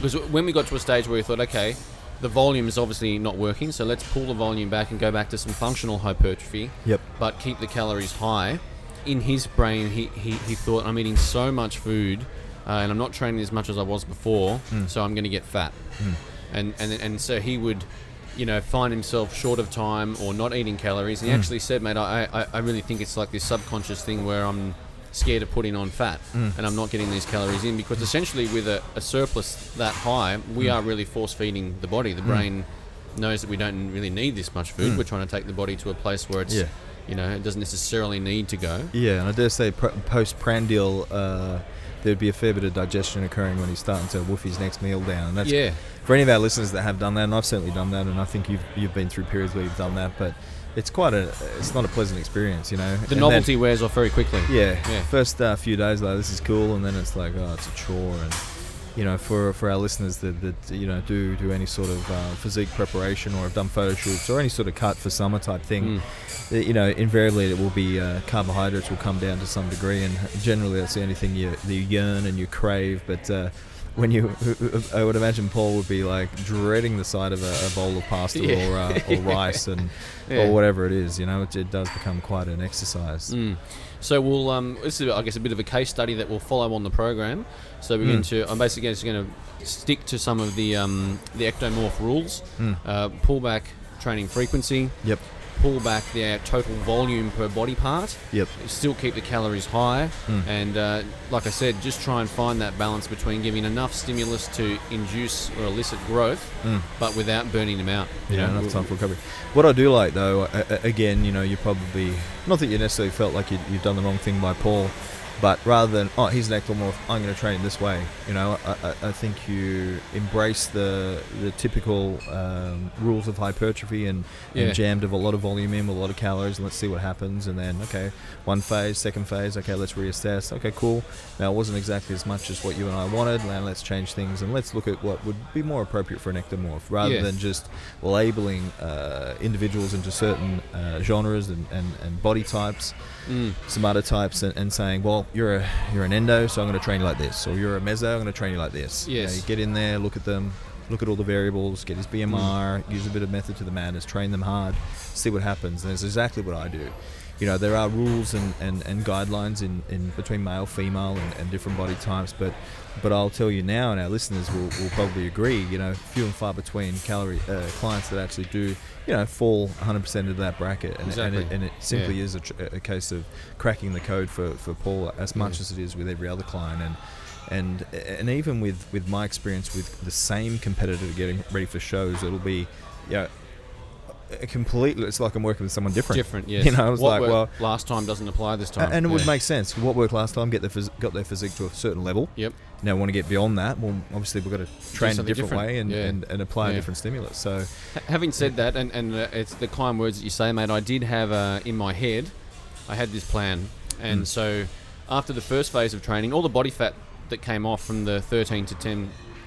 [SPEAKER 2] because when we got to a stage where we thought, okay, the volume is obviously not working, so let's pull the volume back and go back to some functional hypertrophy
[SPEAKER 1] Yep.
[SPEAKER 2] but keep the calories high. In his brain, he, he, he thought, I'm eating so much food uh, and I'm not training as much as I was before, so I'm going to get fat. And, and, and so he would, you know, find himself short of time or not eating calories. And he actually said, mate, I, I, I really think it's like this subconscious thing where I'm scared of putting on fat and I'm not getting these calories in because essentially with a, a surplus that high, we are really force feeding the body. The brain knows that we don't really need this much food. We're trying to take the body to a place where it's
[SPEAKER 1] Yeah.
[SPEAKER 2] you know, it doesn't necessarily need to go.
[SPEAKER 1] Yeah, and I dare say pr- postprandial, uh, there'd be a fair bit of digestion occurring when he's starting to woof his next meal down. And that's
[SPEAKER 2] Yeah.
[SPEAKER 1] for any of our listeners that have done that, and I've certainly done that, and I think you've you've been through periods where you've done that, but it's quite a it's not a pleasant experience, you know.
[SPEAKER 2] The
[SPEAKER 1] And
[SPEAKER 2] novelty wears off very quickly.
[SPEAKER 1] Then, yeah,
[SPEAKER 2] Yeah.
[SPEAKER 1] First uh, few days like this is cool, and then it's like oh, it's a chore, and you know, for for our listeners that, that you know do do any sort of uh, physique preparation or have done photo shoots or any sort of cut for summer type thing,
[SPEAKER 2] Mm.
[SPEAKER 1] uh, you know, invariably it will be uh, carbohydrates will come down to some degree, and generally that's the only thing you you yearn and you crave, but. Uh, when you, I would imagine Paul would be like dreading the sight of a, a bowl of pasta
[SPEAKER 2] Yeah.
[SPEAKER 1] or, uh, or rice and
[SPEAKER 2] Yeah.
[SPEAKER 1] or whatever it is. You know, it, it does become quite an exercise.
[SPEAKER 2] Mm. So we'll um, this is I guess a bit of a case study that we'll follow on the program. So we're going
[SPEAKER 1] Hmm.
[SPEAKER 2] to I'm basically just going to stick to some of the um, the ectomorph rules.
[SPEAKER 1] Mm.
[SPEAKER 2] Uh, pull back training frequency,
[SPEAKER 1] Yep.
[SPEAKER 2] pull back their total volume per body part,
[SPEAKER 1] Yep.
[SPEAKER 2] still keep the calories high,
[SPEAKER 1] Mm.
[SPEAKER 2] and uh, like I said, just try and find that balance between giving enough stimulus to induce or elicit growth,
[SPEAKER 1] Mm.
[SPEAKER 2] but without burning them out. you
[SPEAKER 1] Yeah,
[SPEAKER 2] know?
[SPEAKER 1] enough time for recovery. What I do like though, a- a- again, you know, you probably not that you necessarily felt like you, you've done the wrong thing by Paul, but rather than oh he's an ectomorph, I'm going to train him this way. You know, I, I, I think you embrace the the typical um, rules of hypertrophy and,
[SPEAKER 2] Yeah.
[SPEAKER 1] and jammed of a lot of volume in with a lot of calories and let's see what happens. And then okay, one phase, second phase, okay, let's reassess. Okay, cool. Now it wasn't exactly as much as what you and I wanted. Now let's change things and let's look at what would be more appropriate for an ectomorph rather
[SPEAKER 2] Yeah.
[SPEAKER 1] than just labeling uh, individuals into certain uh, genres and, and, and body types,
[SPEAKER 2] Mm.
[SPEAKER 1] some other types, and, and saying, well, you're a you're an endo, so I'm going to train you like this, or you're a meso, I'm going to train you like this. You know,
[SPEAKER 2] Yes.
[SPEAKER 1] you get in there, look at them, look at all the variables, get his BMR,
[SPEAKER 2] Mm.
[SPEAKER 1] use a bit of method to the madness, train them hard, see what happens. And that's exactly what I do. You know, there are rules and, and, and guidelines in, in between male, female, and, and different body types, but but I'll tell you now, and our listeners will, will probably agree, you know, few and far between calorie uh, clients that actually do, you know, fall 100% into that bracket. And,
[SPEAKER 2] Exactly.
[SPEAKER 1] and, it, and it simply is a, tr- a case of cracking the code for, for Paul as much as it is with every other client. And and and even with with my experience with the same competitor getting ready for shows, it'll be yeah, a completely. It's like I'm working with someone different.
[SPEAKER 2] Different, yes.
[SPEAKER 1] You know, I was
[SPEAKER 2] What
[SPEAKER 1] like,
[SPEAKER 2] worked
[SPEAKER 1] well,
[SPEAKER 2] last time doesn't apply this time,
[SPEAKER 1] and it would
[SPEAKER 2] Yeah.
[SPEAKER 1] make sense. What worked last time get their phys- got their physique to a certain level.
[SPEAKER 2] Yep.
[SPEAKER 1] Now we want to get beyond that. Well, obviously we've got to train a
[SPEAKER 2] something
[SPEAKER 1] different,
[SPEAKER 2] different.
[SPEAKER 1] way and,
[SPEAKER 2] Yeah.
[SPEAKER 1] and, and apply a
[SPEAKER 2] Yeah.
[SPEAKER 1] different stimulus. So
[SPEAKER 2] Ha- Having said that, and, and uh, it's the kind words that you say, mate, I did have uh, in my head, I had this plan. And
[SPEAKER 1] Mm.
[SPEAKER 2] so after the first phase of training, all the body fat that came off from the 13 to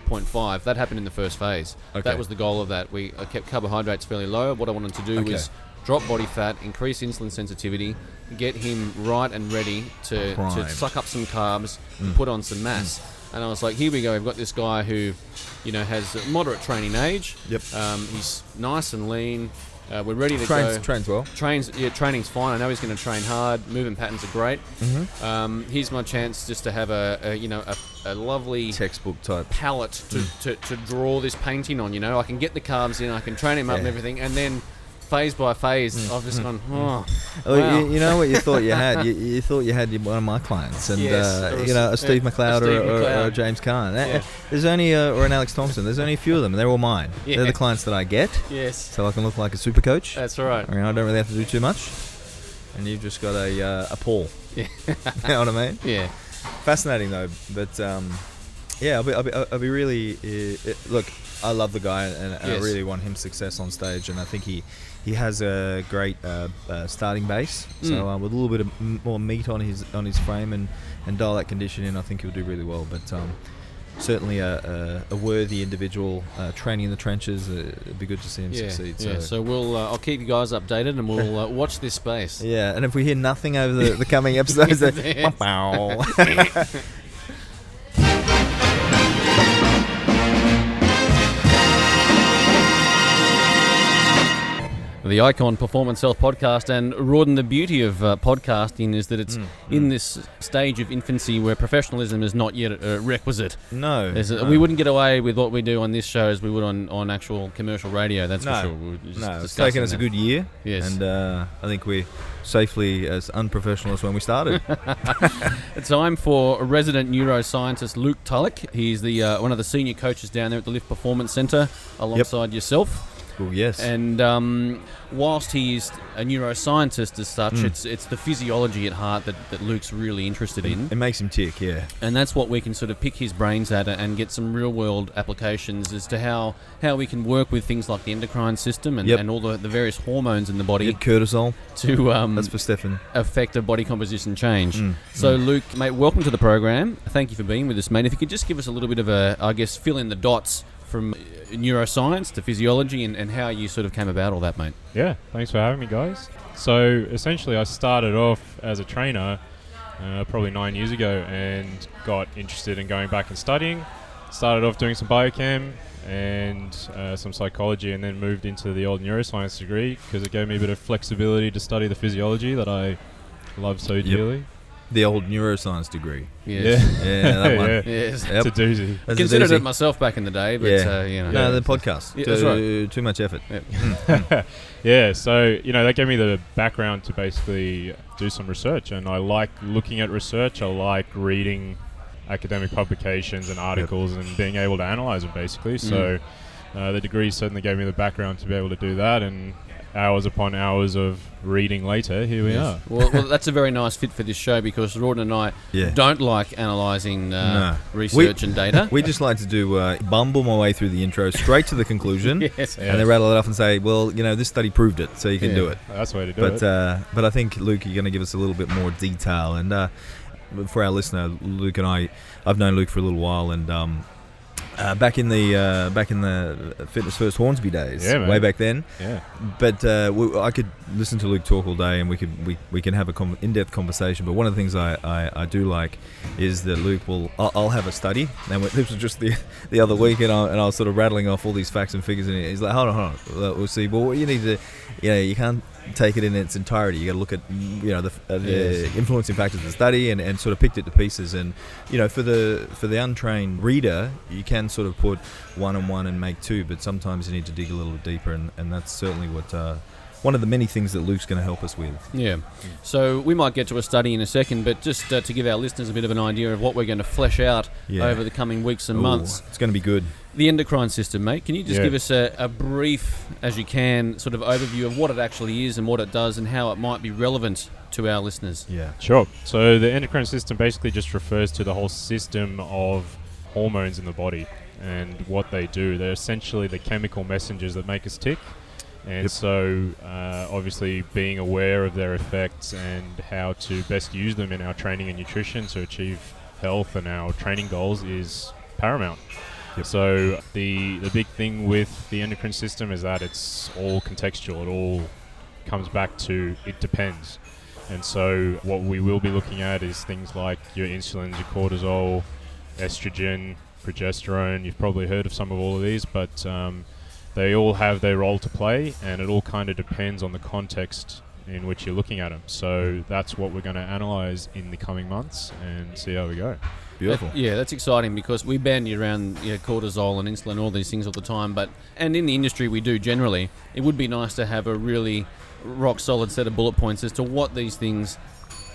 [SPEAKER 2] 10.5, that happened in the first phase.
[SPEAKER 1] Okay.
[SPEAKER 2] That was the goal of that. We I kept carbohydrates fairly low. What I wanted to do
[SPEAKER 1] Okay.
[SPEAKER 2] was drop body fat, increase insulin sensitivity, get him right and ready to, to
[SPEAKER 1] Primed.
[SPEAKER 2] suck up some carbs,
[SPEAKER 1] Mm.
[SPEAKER 2] and put on some mass. And I was like, here we go. We've got this guy who, you know, has moderate training age.
[SPEAKER 1] Yep.
[SPEAKER 2] Um, he's nice and lean. Uh, we're ready to
[SPEAKER 1] trains
[SPEAKER 2] go.
[SPEAKER 1] trains well.
[SPEAKER 2] Trains, yeah, training's fine. I know he's going to train hard. Movement patterns are great.
[SPEAKER 1] Mm-hmm.
[SPEAKER 2] Um, here's my chance just to have a, a you know, a, a lovely
[SPEAKER 1] Textbook type.
[SPEAKER 2] palette to,
[SPEAKER 1] Mm.
[SPEAKER 2] to, to draw this painting on. You know, I can get the carbs in, I can train him up and
[SPEAKER 1] Yeah. Mm.
[SPEAKER 2] everything, and then phase by phase, I've just gone, oh,
[SPEAKER 1] Oh,
[SPEAKER 2] wow.
[SPEAKER 1] you, you know what you thought you had. You, you thought you had one of my clients, and
[SPEAKER 2] Yes,
[SPEAKER 1] uh,
[SPEAKER 2] or a
[SPEAKER 1] you know a
[SPEAKER 2] s-
[SPEAKER 1] Steve
[SPEAKER 2] yeah, a
[SPEAKER 1] McLeod,
[SPEAKER 2] Steve
[SPEAKER 1] or, or, or a
[SPEAKER 2] McLeod.
[SPEAKER 1] James Kahn. Eh, eh,
[SPEAKER 2] Yeah.
[SPEAKER 1] There's only uh or an Alex Thompson. There's only a few of them. and They're all mine. They're
[SPEAKER 2] Yeah.
[SPEAKER 1] the clients that I get,
[SPEAKER 2] yes,
[SPEAKER 1] so I can look like a super coach.
[SPEAKER 2] that's right.
[SPEAKER 1] I mean, I don't really have to do too much. And you've just got a uh, a Paul.
[SPEAKER 2] Yeah.
[SPEAKER 1] you know what I mean?
[SPEAKER 2] Yeah,
[SPEAKER 1] fascinating though. But um, yeah, I'll be, I'll be, I'll be really uh, uh, look. I love the guy, and I
[SPEAKER 2] Yes.
[SPEAKER 1] really want him success on stage. And I think he he has a great uh, uh, starting base. So
[SPEAKER 2] Mm.
[SPEAKER 1] uh, with a little bit of m- more meat on his on his frame and and dial that condition in, I think he'll do really well. But um, certainly a, a, a worthy individual uh, training in the trenches. Uh, it'd be good to see him
[SPEAKER 2] yeah,
[SPEAKER 1] succeed.
[SPEAKER 2] yeah. So we'll, uh, I'll keep you guys updated, and we'll uh, watch this space.
[SPEAKER 1] Yeah, and if we hear nothing over the, the coming episodes, then
[SPEAKER 2] Yes.
[SPEAKER 1] Wow.
[SPEAKER 2] The Icon Performance Health Podcast and Rawdon, the beauty of uh, podcasting is that it's
[SPEAKER 1] Mm.
[SPEAKER 2] in this stage of infancy where professionalism is not yet a requisite.
[SPEAKER 1] no,
[SPEAKER 2] There's
[SPEAKER 1] no.
[SPEAKER 2] a- We wouldn't get away with what we do on this show as we would on, on actual commercial radio, that's
[SPEAKER 1] No,
[SPEAKER 2] for sure. We were just
[SPEAKER 1] no, it's
[SPEAKER 2] discussing
[SPEAKER 1] taken us a
[SPEAKER 2] that.
[SPEAKER 1] good year.
[SPEAKER 2] Yes.
[SPEAKER 1] And uh, I think we're safely as unprofessional as when we started.
[SPEAKER 2] Time for resident neuroscientist Luke Tulloch. He's the uh, one of the senior coaches down there at the Lift Performance Centre alongside yourself.
[SPEAKER 1] well, yes.
[SPEAKER 2] And um, whilst he's a neuroscientist as such,
[SPEAKER 1] Mm.
[SPEAKER 2] it's it's the physiology at heart that, that Luke's really interested in,
[SPEAKER 1] it makes him tick, yeah.
[SPEAKER 2] and that's what we can sort of pick his brains at and get some real world applications as to how how we can work with things like the endocrine system and,
[SPEAKER 1] Yep.
[SPEAKER 2] and all the, the various hormones in the body
[SPEAKER 1] Big cortisol.
[SPEAKER 2] to um,
[SPEAKER 1] That's Mm. for Stefan.
[SPEAKER 2] affect a body composition change. So, Luke, mate, welcome to the program. Thank you for being with us, mate. If you could just give us a little bit of a, I guess, fill in the dots from uh, neuroscience to physiology and, and how you sort of came about all that, mate.
[SPEAKER 3] Yeah, thanks for having me, guys. So essentially, I started off as a trainer uh, probably nine years ago and got interested in going back and studying. Started off doing some biochem and uh, some psychology, and then moved into the old neuroscience degree because it gave me a bit of flexibility to study the physiology that I love so dearly.
[SPEAKER 1] the old neuroscience degree.
[SPEAKER 2] Yes.
[SPEAKER 1] Yeah, that one.
[SPEAKER 3] yeah.
[SPEAKER 2] Yes.
[SPEAKER 1] Yep.
[SPEAKER 3] It's a doozy.
[SPEAKER 1] That's a
[SPEAKER 2] Considered
[SPEAKER 1] doozy.
[SPEAKER 2] it myself back in the day, but
[SPEAKER 1] Yeah.
[SPEAKER 2] uh, you know.
[SPEAKER 1] No, the podcast.
[SPEAKER 2] Yeah,
[SPEAKER 1] too,
[SPEAKER 2] that's
[SPEAKER 1] too much effort.
[SPEAKER 3] Yeah, so you know that gave me the background to basically do some research, and I like looking at research. I like reading academic publications and articles, and being able to analyze them basically.
[SPEAKER 1] Mm.
[SPEAKER 3] So uh, the degree certainly gave me the background to be able to do that, and hours upon hours of reading later, here we are.
[SPEAKER 2] Well, well, that's a very nice fit for this show because Rawdon and I
[SPEAKER 1] Yeah.
[SPEAKER 2] don't like analysing uh,
[SPEAKER 1] No.
[SPEAKER 2] research
[SPEAKER 1] We-
[SPEAKER 2] and data.
[SPEAKER 1] We just like to do uh, bumble my way through the intro straight to the conclusion,
[SPEAKER 2] yes.
[SPEAKER 3] Yeah.
[SPEAKER 1] and then rattle it off and say, "Well, you know, this study proved it, so you can
[SPEAKER 2] Yeah.
[SPEAKER 1] do it."
[SPEAKER 3] That's the way to do
[SPEAKER 1] But
[SPEAKER 3] it.
[SPEAKER 1] uh, but I think Luke, you're going to give us a little bit more detail. And uh, for our listener, Luke and I, I've known Luke for a little while, and um, uh, back in the uh, back in the Fitness First Hornsby days,
[SPEAKER 3] Yeah, man.
[SPEAKER 1] way back then.
[SPEAKER 3] yeah,
[SPEAKER 1] But uh, we, I could listen to Luke talk all day, and we could we, we can have a con in-depth conversation. But one of the things I, I, I do like is that Luke will I'll, I'll have a study, and we- this was just the the other week, and I, and I was sort of rattling off all these facts and figures, and he's like, hold on, hold on, Uh, we'll see. Well, what you need to, you know, you can't take it in its entirety. You got to look at you know the, uh, the
[SPEAKER 2] Yes.
[SPEAKER 1] influencing factors of the study, and, and sort of picked it to pieces. And you know, for the for the untrained reader, you can sort of put one and one and make two, but sometimes you need to dig a little deeper, and, and that's certainly what uh, one of the many things that Luke's going to help us with.
[SPEAKER 2] Yeah. So we might get to a study in a second, but just uh, to give our listeners a bit of an idea of what we're going to flesh out
[SPEAKER 1] Yeah.
[SPEAKER 2] over the coming weeks and
[SPEAKER 1] Ooh,
[SPEAKER 2] months.
[SPEAKER 1] it's going to be good.
[SPEAKER 2] The endocrine system, mate, can you just
[SPEAKER 3] Yeah.
[SPEAKER 2] give us a, a brief, as you can, sort of overview of what it actually is and what it does and how it might be relevant to our listeners?
[SPEAKER 1] Yeah.
[SPEAKER 3] sure. So the endocrine system basically just refers to the whole system of hormones in the body and what they do. They're essentially the chemical messengers that make us tick. And
[SPEAKER 1] Yep.
[SPEAKER 3] so, uh, obviously, being aware of their effects and how to best use them in our training and nutrition to achieve health and our training goals is paramount.
[SPEAKER 1] Yep.
[SPEAKER 3] So, the, the big thing with the endocrine system is that it's all contextual, it all comes back to it depends. And so, what we will be looking at is things like your insulins, your cortisol, estrogen, progesterone. You've probably heard of some of all of these, but um, they all have their role to play, and it all kind of depends on the context in which you're looking at them. So that's what we're going to analyze in the coming months and see how we go.
[SPEAKER 1] Beautiful.
[SPEAKER 2] That- yeah, that's exciting because we bandy around you know, cortisol and insulin, all these things all the time. But and in the industry, we do generally. It would be nice to have a really rock solid set of bullet points as to what these things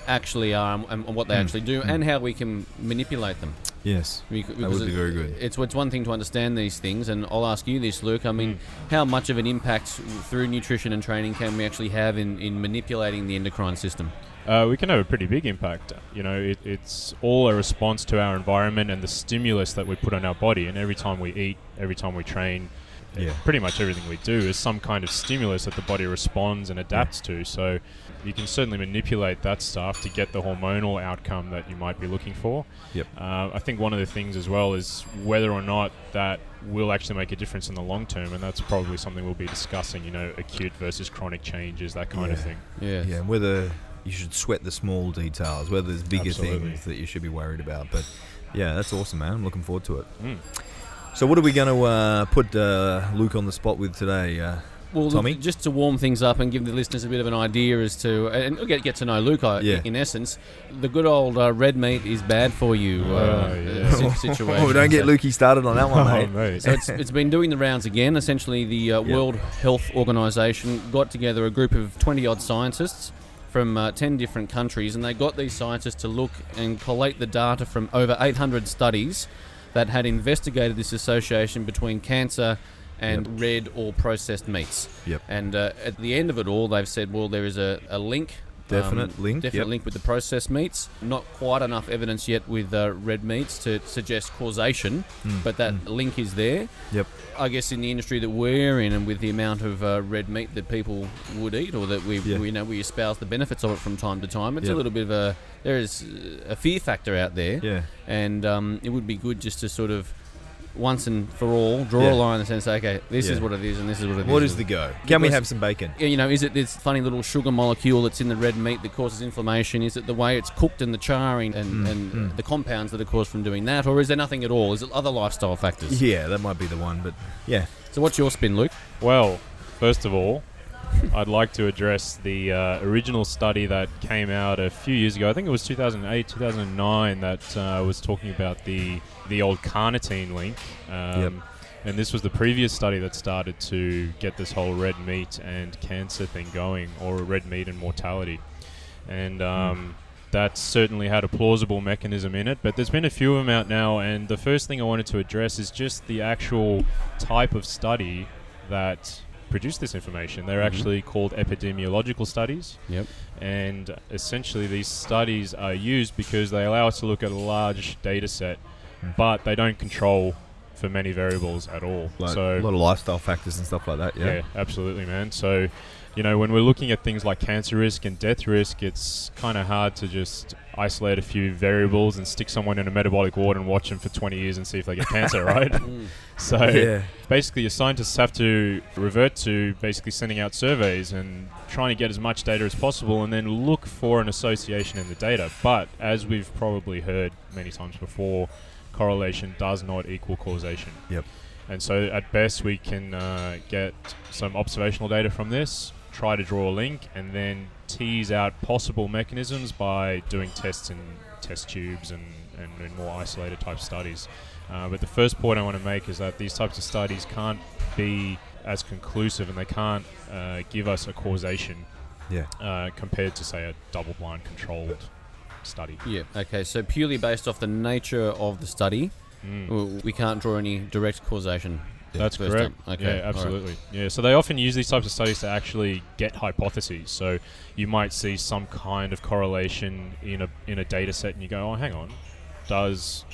[SPEAKER 2] actually are and, and
[SPEAKER 1] Hmm.
[SPEAKER 2] what they actually do, and how we can manipulate them.
[SPEAKER 1] Yes.
[SPEAKER 2] Bec- Because
[SPEAKER 1] That would be very good.
[SPEAKER 2] It's it's one thing to understand these things, and I'll ask you this, Luke. I mean,
[SPEAKER 1] Hmm.
[SPEAKER 2] how much of an impact through nutrition and training can we actually have in, in manipulating the endocrine system?
[SPEAKER 3] Uh, we can have a pretty big impact. You know, it, it's all a response to our environment and the stimulus that we put on our body. And every time we eat, every time we train,
[SPEAKER 1] Yeah.
[SPEAKER 3] pretty much everything we do is some kind of stimulus that the body responds and adapts to. So you can certainly manipulate that stuff to get the hormonal outcome that you might be looking for.
[SPEAKER 1] Yep.
[SPEAKER 3] Uh, I think one of the things as well is whether or not that will actually make a difference in the long term, and that's probably something we'll be discussing. You know, acute versus chronic changes, that kind of
[SPEAKER 1] Yeah.
[SPEAKER 3] thing.
[SPEAKER 2] Yeah.
[SPEAKER 1] Yeah, and whether you should sweat the small details, whether there's bigger
[SPEAKER 3] Absolutely.
[SPEAKER 1] things that you should be worried about. But yeah, that's awesome, man. I'm looking forward to it.
[SPEAKER 2] Hmm.
[SPEAKER 3] Mm.
[SPEAKER 1] So, what are we going to uh, put uh, Luke on the spot with today? Uh,
[SPEAKER 2] Well,
[SPEAKER 1] Tommy?
[SPEAKER 2] look, just to warm things up and give the listeners a bit of an idea as to, and get get to know Luke. I,
[SPEAKER 1] Yeah.
[SPEAKER 2] In essence, the good old uh, red meat is bad for you uh,
[SPEAKER 3] Oh, yeah.
[SPEAKER 2] si- situation.
[SPEAKER 1] oh, don't get
[SPEAKER 2] So-
[SPEAKER 1] Lukey started on that one,
[SPEAKER 3] Oh,
[SPEAKER 1] Oh, mate.
[SPEAKER 2] So it's, it's been doing the rounds again. Essentially, the uh,
[SPEAKER 1] Yeah.
[SPEAKER 2] World Health Organization got together a group of 20 odd scientists from uh, 10 different countries, and they got these scientists to look and collate the data from over 800 studies that had investigated this association between cancer and red or processed meats.
[SPEAKER 1] Yep.
[SPEAKER 2] And uh, at the end of it all, they've said, well, there is a, a link. um,
[SPEAKER 1] Definite link,
[SPEAKER 2] Definite
[SPEAKER 1] yep.
[SPEAKER 2] link with the processed meats. Not quite enough evidence yet with uh, red meats to suggest causation,
[SPEAKER 1] Hmm.
[SPEAKER 2] but that link is there.
[SPEAKER 1] Yep.
[SPEAKER 2] I guess in the industry that we're in, and with the amount of uh, red meat that people would eat, or that we,
[SPEAKER 1] Yeah.
[SPEAKER 2] we you know we espouse the benefits of it from time to time, it's
[SPEAKER 1] Yep.
[SPEAKER 2] a little bit of a there is uh, a fear factor out there,
[SPEAKER 1] Yeah.
[SPEAKER 2] and um, it would be good just to sort of once and for all draw
[SPEAKER 1] Yeah.
[SPEAKER 2] a line and say, okay, this is
[SPEAKER 1] Yeah.
[SPEAKER 2] what it is, and this is what it is.
[SPEAKER 1] What is the go? Can we
[SPEAKER 2] Because-
[SPEAKER 1] have some bacon?
[SPEAKER 2] Yeah, you know, is it this funny little sugar molecule that's in the red meat that causes inflammation? Is it the way it's cooked and the charring
[SPEAKER 3] Mm,
[SPEAKER 2] and, and the compounds that are caused from doing that? Or is there nothing at all? Is it other lifestyle factors?
[SPEAKER 1] Yeah, that might be the one, but yeah.
[SPEAKER 2] So, what's your spin, Luke?
[SPEAKER 3] Well, first of all, I'd like to address the uh, original study that came out a few years ago. I think it was 2008, 2009 that uh, was talking about the the old carnitine link. Um,
[SPEAKER 1] Yep.
[SPEAKER 3] And this was the previous study that started to get this whole red meat and cancer thing going, or red meat and mortality. And um, that certainly had a plausible mechanism in it, but there's been a few of them out now. And the first thing I wanted to address is just the actual type of study that produced this information.
[SPEAKER 1] Mm-hmm.
[SPEAKER 3] They're
[SPEAKER 2] Mhm.
[SPEAKER 3] actually called epidemiological studies.
[SPEAKER 2] Yep.
[SPEAKER 3] And essentially, these studies are used because they allow us to look at a large data set,
[SPEAKER 1] Mm.
[SPEAKER 3] but they don't control for many variables at all.
[SPEAKER 1] Like,
[SPEAKER 3] so,
[SPEAKER 1] a lot of lifestyle factors and stuff like that. Yeah.
[SPEAKER 3] yeah, absolutely, man. So, you know, when we're looking at things like cancer risk and death risk, it's kind of hard to just isolate a few variables and stick someone in a metabolic ward and watch them for 20 years and see if they get cancer, right?
[SPEAKER 2] Mm.
[SPEAKER 3] So, basically your scientists have to revert to basically sending out surveys and trying to get as much data as possible and then look for an association in the data but as we've probably heard many times before correlation does not equal causation
[SPEAKER 1] Yep.
[SPEAKER 3] and so at best we can uh, get some observational data from this try to draw a link and then tease out possible mechanisms by doing tests in test tubes and, and, and more isolated type studies uh, but the first point I want to make is that these types of studies can't be as conclusive and they can't uh, give us a causation
[SPEAKER 1] Yeah.
[SPEAKER 3] uh, compared to, say, a double blind controlled study.
[SPEAKER 2] Yeah. Okay. So purely based off the nature of the study,
[SPEAKER 3] Mm.
[SPEAKER 2] w- we can't draw any direct causation.
[SPEAKER 3] That's
[SPEAKER 2] First
[SPEAKER 3] correct.
[SPEAKER 2] up. Okay,
[SPEAKER 3] Yeah,
[SPEAKER 2] all right.
[SPEAKER 3] absolutely. Yeah, so they often use these types of studies to actually get hypotheses. So you might see some kind of correlation in a in a data set, and you go, "Oh, hang on, does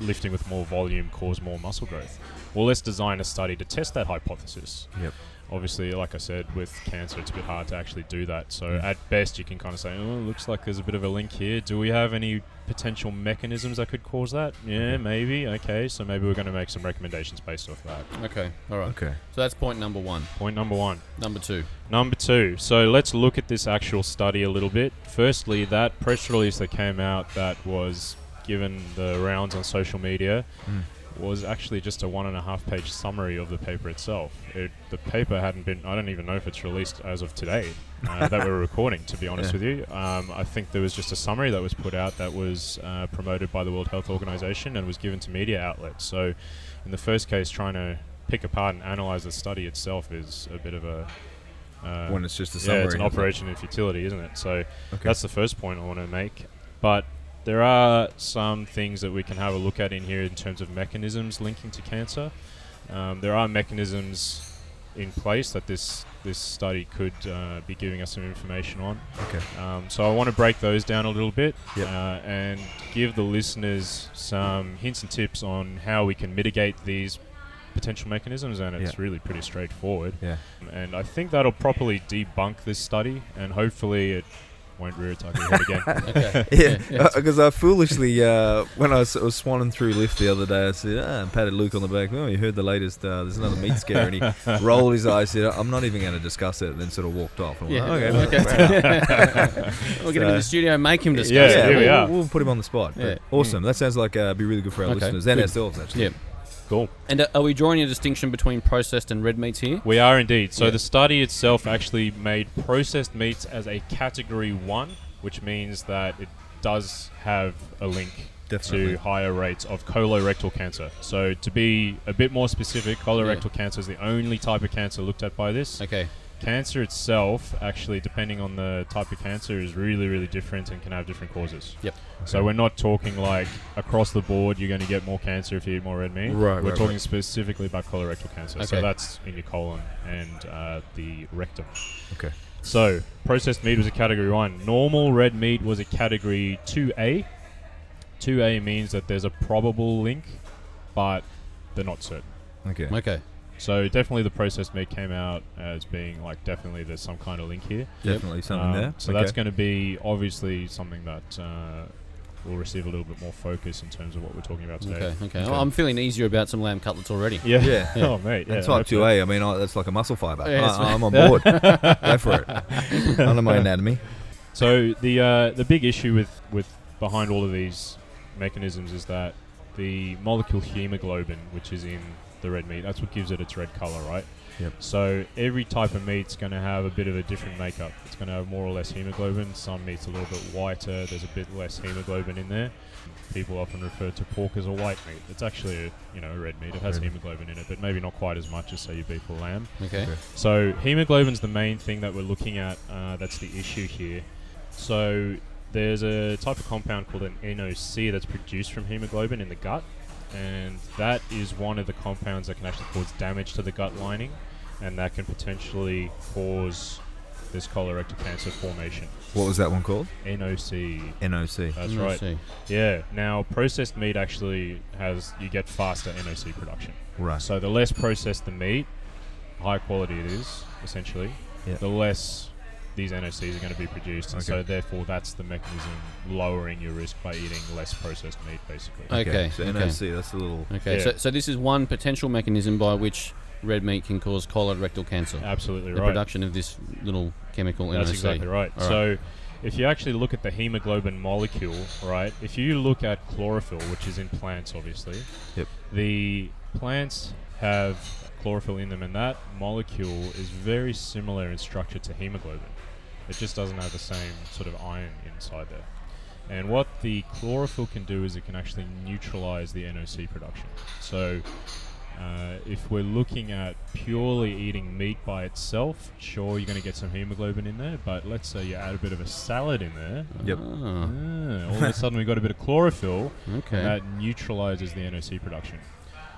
[SPEAKER 3] lifting with more volume cause more muscle growth?" Well, let's design a study to test that hypothesis.
[SPEAKER 1] Yep.
[SPEAKER 3] Obviously, like I said, with cancer, it's a bit hard to actually do that. So
[SPEAKER 2] Mm.
[SPEAKER 3] at best, you can kind of say, "Oh, looks like there's a bit of a link here. Do we have any potential mechanisms that could cause that? Yeah, maybe. Okay, so maybe we're going to make some recommendations based off that."
[SPEAKER 2] Okay. All right.
[SPEAKER 1] Okay.
[SPEAKER 2] So that's point number one.
[SPEAKER 3] Point number one.
[SPEAKER 2] Number two.
[SPEAKER 3] Number two. So let's look at this actual study a little bit. Firstly, that press release that came out that was given the rounds on social media
[SPEAKER 1] Mm.
[SPEAKER 3] was actually just a one and a half page summary of the paper itself. It, the paper hadn't been, I don't even know if it's released as of today uh, that we're recording, to be honest
[SPEAKER 1] Yeah.
[SPEAKER 3] with you. Um, I think there was just a summary that was put out that was uh, promoted by the World Health Organization and was given to media outlets. So, in the first case, trying to pick apart and analyze the study itself is a bit of a. Uh,
[SPEAKER 1] When it's just a summary.
[SPEAKER 3] yeah, it's
[SPEAKER 1] isn't
[SPEAKER 3] an
[SPEAKER 1] it?
[SPEAKER 3] operation in futility, isn't it? So,
[SPEAKER 1] Okay.
[SPEAKER 3] that's the first point I want to make. But there are some things that we can have a look at in here in terms of mechanisms linking to cancer. Um, there are mechanisms in place that this this study could uh, be giving us some information on.
[SPEAKER 1] okay.
[SPEAKER 3] Um, so I want to break those down a little bit
[SPEAKER 1] Yep.
[SPEAKER 3] uh, and give the listeners some hints and tips on how we can mitigate these potential mechanisms. And it's
[SPEAKER 1] Yeah.
[SPEAKER 3] really pretty straightforward.
[SPEAKER 1] Yeah.
[SPEAKER 3] And I think that'll properly debunk this study, and hopefully it won't rear its ugly head again.
[SPEAKER 2] Okay.
[SPEAKER 1] Yeah,
[SPEAKER 2] Yeah, yeah.
[SPEAKER 1] because I foolishly, uh, when I was, I was swanning through Lyft the other day, I said, ah, and patted Luke on the back. Oh, you heard the latest, uh, there's another meat scare. And he rolled his eyes, said, I'm not even going to discuss it, and then sort of walked off. And I'm
[SPEAKER 2] Yeah.
[SPEAKER 1] like, okay.
[SPEAKER 2] Okay.
[SPEAKER 1] fair enough."
[SPEAKER 2] We'll get him in the
[SPEAKER 1] So-
[SPEAKER 2] studio and make him discuss.
[SPEAKER 3] Yeah,
[SPEAKER 2] it.
[SPEAKER 3] here we
[SPEAKER 1] we'll,
[SPEAKER 3] are.
[SPEAKER 1] we'll put him on the spot. But
[SPEAKER 2] Yeah.
[SPEAKER 1] Awesome. That sounds like uh, be really good for our
[SPEAKER 2] Okay,
[SPEAKER 1] listeners and
[SPEAKER 2] good.
[SPEAKER 1] ourselves, actually.
[SPEAKER 2] Yeah.
[SPEAKER 3] cool.
[SPEAKER 2] And uh, are we drawing a distinction between processed and red meats here?
[SPEAKER 3] We are indeed. So
[SPEAKER 2] Yeah.
[SPEAKER 3] the study itself actually made processed meats as a category one, which means that it does have a link
[SPEAKER 1] Definitely.
[SPEAKER 3] to higher rates of colorectal cancer. So to be a bit more specific, colorectal cancer is the only type of cancer looked at by this.
[SPEAKER 2] Okay.
[SPEAKER 3] Cancer itself, actually, depending on the type of cancer, is really, really different and can have different causes.
[SPEAKER 2] Yep.
[SPEAKER 3] So we're not talking like across the board. You're going to get more cancer if you eat more red meat.
[SPEAKER 1] Right,
[SPEAKER 3] We're
[SPEAKER 1] right,
[SPEAKER 3] talking
[SPEAKER 1] right.
[SPEAKER 3] specifically about colorectal cancer.
[SPEAKER 2] Okay.
[SPEAKER 3] So that's in your colon and uh, the rectum.
[SPEAKER 1] Okay.
[SPEAKER 3] So processed meat was a category one. Normal red meat was a category two A. Two A means that there's a probable link, but they're not certain.
[SPEAKER 1] Okay.
[SPEAKER 2] Okay.
[SPEAKER 3] So definitely the processed meat came out as being like definitely there's some kind of link here.
[SPEAKER 1] Definitely something
[SPEAKER 3] Um,
[SPEAKER 1] there.
[SPEAKER 3] So
[SPEAKER 1] okay.
[SPEAKER 3] that's going to be obviously something that uh, will receive a little bit more focus in terms of what we're talking about today.
[SPEAKER 2] Okay. Okay.
[SPEAKER 1] Okay.
[SPEAKER 2] I'm feeling easier about some lamb cutlets already.
[SPEAKER 3] Yeah.
[SPEAKER 1] Yeah.
[SPEAKER 3] oh mate. Yeah,
[SPEAKER 1] and type
[SPEAKER 3] hopefully.
[SPEAKER 1] 2A, I mean, I, that's like a muscle fiber.
[SPEAKER 2] Yeah, that's
[SPEAKER 1] I, I'm on board. Go for it. Under my anatomy.
[SPEAKER 3] So the uh, the big issue with with behind all of these mechanisms is that the molecule hemoglobin, which is in the red meat, that's what gives it its red color, right?
[SPEAKER 1] Yep.
[SPEAKER 3] So every type of meat's going to have a bit of a different makeup. It's going to have more or less hemoglobin. Some meat's a little bit whiter. There's a bit less hemoglobin in there. People often refer to pork as a white meat. It's actually a, you know a red meat. It has
[SPEAKER 1] Red.
[SPEAKER 3] hemoglobin in it, but maybe not quite as much as say your beef or lamb.
[SPEAKER 2] Okay.
[SPEAKER 3] So hemoglobin's the main thing that we're looking at. Uh, that's the issue here. So there's a type of compound called an NOC that's produced from hemoglobin in the gut, and that is one of the compounds that can actually cause damage to the gut lining, and that can potentially cause this colorectal cancer formation.
[SPEAKER 1] What was that one called?
[SPEAKER 3] NOC.
[SPEAKER 1] NOC.
[SPEAKER 3] That's
[SPEAKER 2] Mm, I
[SPEAKER 3] right.
[SPEAKER 2] see.
[SPEAKER 3] Yeah. Now processed meat actually has you get faster NOC production.
[SPEAKER 1] Right.
[SPEAKER 3] So the less processed the meat, higher quality it is, essentially,
[SPEAKER 1] Yeah.
[SPEAKER 3] the less these NOCs are going to be produced. And
[SPEAKER 1] Okay.
[SPEAKER 3] so, therefore, that's the mechanism lowering your risk by eating less processed meat, basically.
[SPEAKER 2] Okay,
[SPEAKER 1] So
[SPEAKER 2] okay.
[SPEAKER 1] NOC. That's a little.
[SPEAKER 2] Okay.
[SPEAKER 3] Yeah.
[SPEAKER 2] So, so this is one potential mechanism by which red meat can cause colorectal cancer.
[SPEAKER 3] Absolutely
[SPEAKER 2] the
[SPEAKER 3] right.
[SPEAKER 2] production of this little chemical
[SPEAKER 3] That's
[SPEAKER 2] NOC.
[SPEAKER 3] exactly right.
[SPEAKER 2] All
[SPEAKER 3] So, if you actually look at the hemoglobin molecule, right, if you look at chlorophyll, which is in plants, obviously,
[SPEAKER 1] Yep.
[SPEAKER 3] the plants have chlorophyll in them, and that molecule is very similar in structure to hemoglobin. It just doesn't have the same sort of iron inside there. And what the chlorophyll can do is it can actually neutralize the NOC production. So, uh, if we're looking at purely eating meat by itself, sure, you're going to get some hemoglobin in there, but let's say you add a bit of a salad in there.
[SPEAKER 1] Yep.
[SPEAKER 2] Ah,
[SPEAKER 3] Ah, all of a sudden, we've got a bit of chlorophyll,
[SPEAKER 2] okay.
[SPEAKER 3] and that neutralizes the NOC production.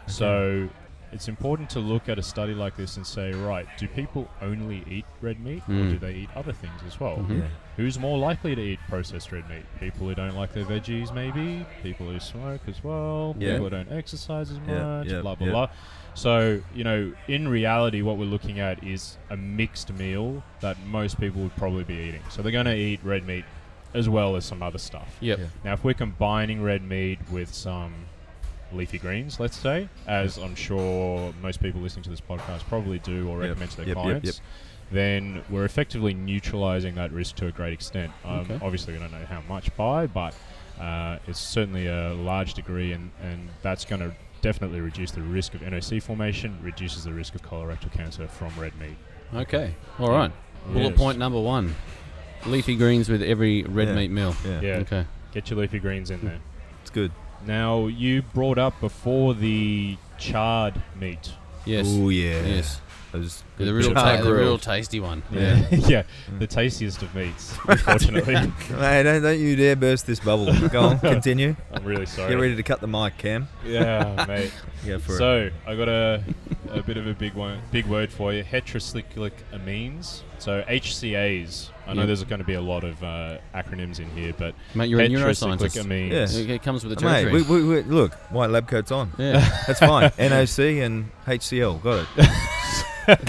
[SPEAKER 3] So it's important to look at a study like this and say, right, do people only eat red meat or
[SPEAKER 1] Hmm.
[SPEAKER 2] Mm.
[SPEAKER 3] do they eat other things as well?
[SPEAKER 2] Mhm.
[SPEAKER 1] Yeah.
[SPEAKER 3] Who's more likely to eat processed red meat? People who don't like their veggies, maybe. People who smoke as well.
[SPEAKER 1] Yeah.
[SPEAKER 3] People who don't exercise as much.
[SPEAKER 1] Yeah, yeah,
[SPEAKER 3] blah blah
[SPEAKER 1] yeah.
[SPEAKER 3] blah. So you know, in reality, what we're looking at is a mixed meal that most people would probably be eating. So they're going to eat red meat as well as some other stuff.
[SPEAKER 2] Yep.
[SPEAKER 1] Yeah.
[SPEAKER 3] Now, if we're combining red meat with some leafy greens, let's say, as I'm sure most people listening to this podcast probably do or
[SPEAKER 1] Yep,
[SPEAKER 3] recommend to their
[SPEAKER 1] yep, yep,
[SPEAKER 3] clients,
[SPEAKER 1] yep.
[SPEAKER 3] then we're effectively neutralizing that risk to a great extent. Um,
[SPEAKER 2] Okay.
[SPEAKER 3] Obviously, we don't know how much by, but uh, it's certainly a large degree, and, and that's going to definitely reduce the risk of NOC formation, reduces the risk of colorectal cancer from red meat.
[SPEAKER 2] Okay. All right. Bullet
[SPEAKER 3] Yes.
[SPEAKER 2] point number one: leafy greens with every red
[SPEAKER 1] Yeah.
[SPEAKER 2] meat meal.
[SPEAKER 1] Yeah.
[SPEAKER 3] Yeah,
[SPEAKER 2] Okay.
[SPEAKER 3] get your leafy greens in there.
[SPEAKER 1] It's good.
[SPEAKER 3] Now, you brought up before the charred meat.
[SPEAKER 2] Yes.
[SPEAKER 1] Oh yeah.
[SPEAKER 2] Yes.
[SPEAKER 1] Those
[SPEAKER 2] The real,
[SPEAKER 1] char
[SPEAKER 2] ta- the
[SPEAKER 1] grilled.
[SPEAKER 2] real tasty one.
[SPEAKER 3] Yeah, yeah, the tastiest of meats. Unfortunately, I'm
[SPEAKER 1] Hey, don't, don't you dare burst this bubble. Go on, continue.
[SPEAKER 3] really
[SPEAKER 1] Get
[SPEAKER 3] sorry.
[SPEAKER 1] ready to cut the mic, Cam.
[SPEAKER 3] Yeah, mate.
[SPEAKER 1] Yeah, for it.
[SPEAKER 3] So I got a, a bit of a big one, big word for you: heterocyclic amines. So HCAs. I know
[SPEAKER 2] Yeah.
[SPEAKER 3] there's going to be a lot of uh, acronyms in here, but
[SPEAKER 2] Mate, you're a
[SPEAKER 3] heterocyclic
[SPEAKER 2] neuroscientist.
[SPEAKER 3] amines.
[SPEAKER 1] Yeah.
[SPEAKER 2] It it comes with the
[SPEAKER 1] Mate,
[SPEAKER 2] territory.
[SPEAKER 1] we, we, we, look, white lab coats on.
[SPEAKER 2] yeah.
[SPEAKER 1] That's fine. NOC and HCL. Got it.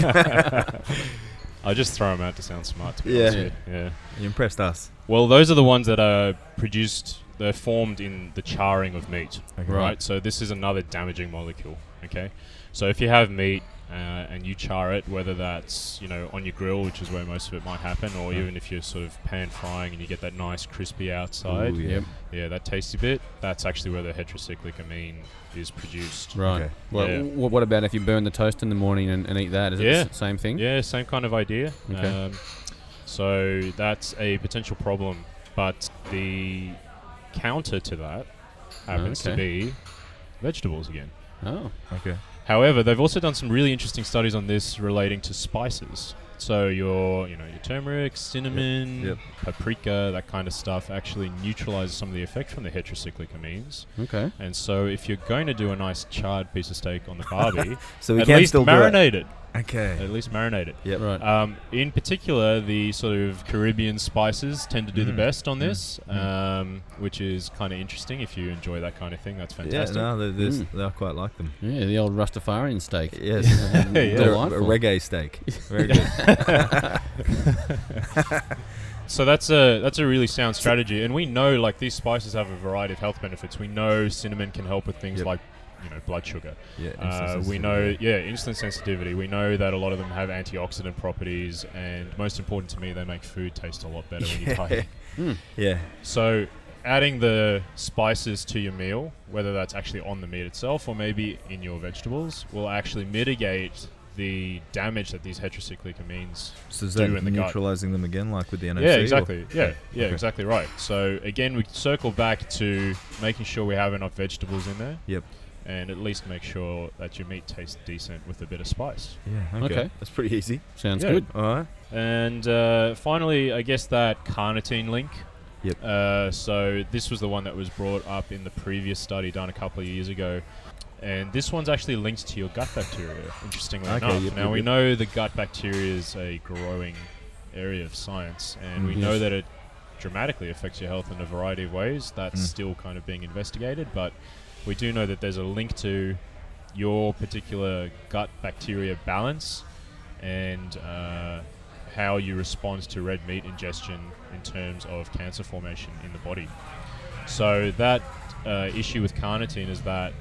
[SPEAKER 3] I just throw them out to sound smart. To be
[SPEAKER 1] Yeah.
[SPEAKER 3] honest with you. yeah.
[SPEAKER 1] You impressed us.
[SPEAKER 3] Well, those are the ones that are produced. They're formed in the charring of meat.
[SPEAKER 1] Okay.
[SPEAKER 2] Right.
[SPEAKER 3] right? So this is another damaging molecule. Okay, so if you have meat uh, and you char it, whether that's you know on your grill, which is where most of it might happen, or even if you're sort of pan frying and you get that nice crispy outside,
[SPEAKER 1] Ooh,
[SPEAKER 3] yeah.
[SPEAKER 1] yeah.
[SPEAKER 2] Yep.
[SPEAKER 3] that tasty bit. That's actually where the heterocyclic amine is produced.
[SPEAKER 2] Right.
[SPEAKER 1] Okay.
[SPEAKER 2] Well,
[SPEAKER 3] Yeah.
[SPEAKER 2] wh- what about if you burn the toast in the morning and, and eat that? Is
[SPEAKER 3] Yeah.
[SPEAKER 2] it the s- same thing?
[SPEAKER 3] Yeah, same kind of idea.
[SPEAKER 2] Hmm. Okay.
[SPEAKER 3] Um, so that's a potential problem, but the counter to that happens to
[SPEAKER 2] Okay.
[SPEAKER 3] be vegetables again.
[SPEAKER 2] Oh.
[SPEAKER 1] Okay.
[SPEAKER 3] However, they've also done some really interesting studies on this relating to spices. So your, you know, your turmeric, cinnamon,
[SPEAKER 1] Yep.
[SPEAKER 3] paprika, that kind of stuff actually neutralizes some of the effect from the heterocyclic amines.
[SPEAKER 2] Okay.
[SPEAKER 3] And so, if you're going to do a nice charred piece of steak on the barbie,
[SPEAKER 1] So we
[SPEAKER 3] at
[SPEAKER 1] can
[SPEAKER 3] least
[SPEAKER 1] still
[SPEAKER 3] marinate it.
[SPEAKER 1] Do it. Okay.
[SPEAKER 3] At least marinate it.
[SPEAKER 1] Yep.
[SPEAKER 2] Right.
[SPEAKER 3] Um, in particular, the sort of Caribbean spices tend to do the
[SPEAKER 1] Mm.
[SPEAKER 3] best on
[SPEAKER 1] Mm.
[SPEAKER 3] this,
[SPEAKER 1] Mm.
[SPEAKER 3] um, which is kind of interesting. If you enjoy that kind of thing, that's
[SPEAKER 1] Yeah,
[SPEAKER 3] fantastic.
[SPEAKER 1] no, they're, they're,
[SPEAKER 2] Mm.
[SPEAKER 1] they I quite like them.
[SPEAKER 2] yeah, the old Rastafarian steak.
[SPEAKER 1] Yes.
[SPEAKER 3] Yeah.
[SPEAKER 1] They're a-
[SPEAKER 2] Delightful.
[SPEAKER 1] a reggae steak. Very good.
[SPEAKER 3] So that's a that's a really sound strategy, and we know like these spices have a variety of health benefits. We know cinnamon can help with things
[SPEAKER 1] Yep.
[SPEAKER 3] like you know blood sugar.
[SPEAKER 1] Yeah,
[SPEAKER 3] Uh,
[SPEAKER 1] instance
[SPEAKER 3] we
[SPEAKER 1] sensitive,
[SPEAKER 3] know
[SPEAKER 1] yeah.
[SPEAKER 3] yeah insulin sensitivity. We know that a lot of them have antioxidant properties, and most important to me, they make food taste a lot better when you cut it.
[SPEAKER 1] Yeah.
[SPEAKER 3] So adding the spices to your meal, whether that's actually on the meat itself or maybe in your vegetables, will actually mitigate the damage that these heterocyclic amines
[SPEAKER 1] So is
[SPEAKER 3] do
[SPEAKER 1] that
[SPEAKER 3] in the gut.
[SPEAKER 1] neutralizing them again, like with the NFC?
[SPEAKER 3] Yeah,
[SPEAKER 1] or-
[SPEAKER 3] exactly. Yeah, yeah,
[SPEAKER 1] Okay.
[SPEAKER 3] exactly right. So again, we circle back to making sure we have enough vegetables in there.
[SPEAKER 1] Yep.
[SPEAKER 3] And at least make sure that your meat tastes decent with a bit of spice.
[SPEAKER 1] Yeah. Okay.
[SPEAKER 2] Okay.
[SPEAKER 1] That's pretty easy.
[SPEAKER 2] Sounds
[SPEAKER 3] Yeah.
[SPEAKER 2] good.
[SPEAKER 1] All right.
[SPEAKER 3] And uh, finally, I guess that carnitine link.
[SPEAKER 1] Yep.
[SPEAKER 3] Uh, so this was the one that was brought up in the previous study done a couple of years ago. And this one's actually linked to your gut bacteria, interestingly
[SPEAKER 1] Okay,
[SPEAKER 3] enough.
[SPEAKER 1] yep,
[SPEAKER 3] now,
[SPEAKER 1] yep,
[SPEAKER 3] we
[SPEAKER 1] yep.
[SPEAKER 3] know the gut bacteria is a growing area of science, and we
[SPEAKER 1] Mhm.
[SPEAKER 3] know
[SPEAKER 2] Yes.
[SPEAKER 3] that it dramatically affects your health in a variety of ways. That's
[SPEAKER 1] Mm.
[SPEAKER 3] still kind of being investigated, but we do know that there's a link to your particular gut bacteria balance and uh, how you respond to red meat ingestion in terms of cancer formation in the body. So that uh, issue with carnitine is that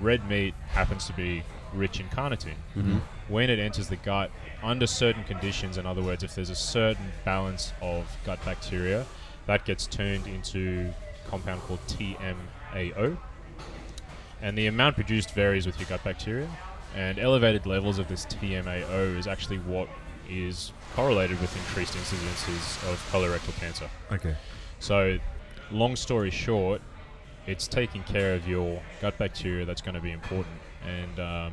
[SPEAKER 3] red meat happens to be rich in carnitine.
[SPEAKER 2] Mhm.
[SPEAKER 3] When it enters the gut, under certain conditions, in other words, if there's a certain balance of gut bacteria, that gets turned into a compound called TMAO. And the amount produced varies with your gut bacteria. And elevated levels of this TMAO is actually what is correlated with increased incidences of colorectal cancer.
[SPEAKER 1] Okay.
[SPEAKER 3] So, long story short, it's taking care of your gut bacteria that's going to be important. And um,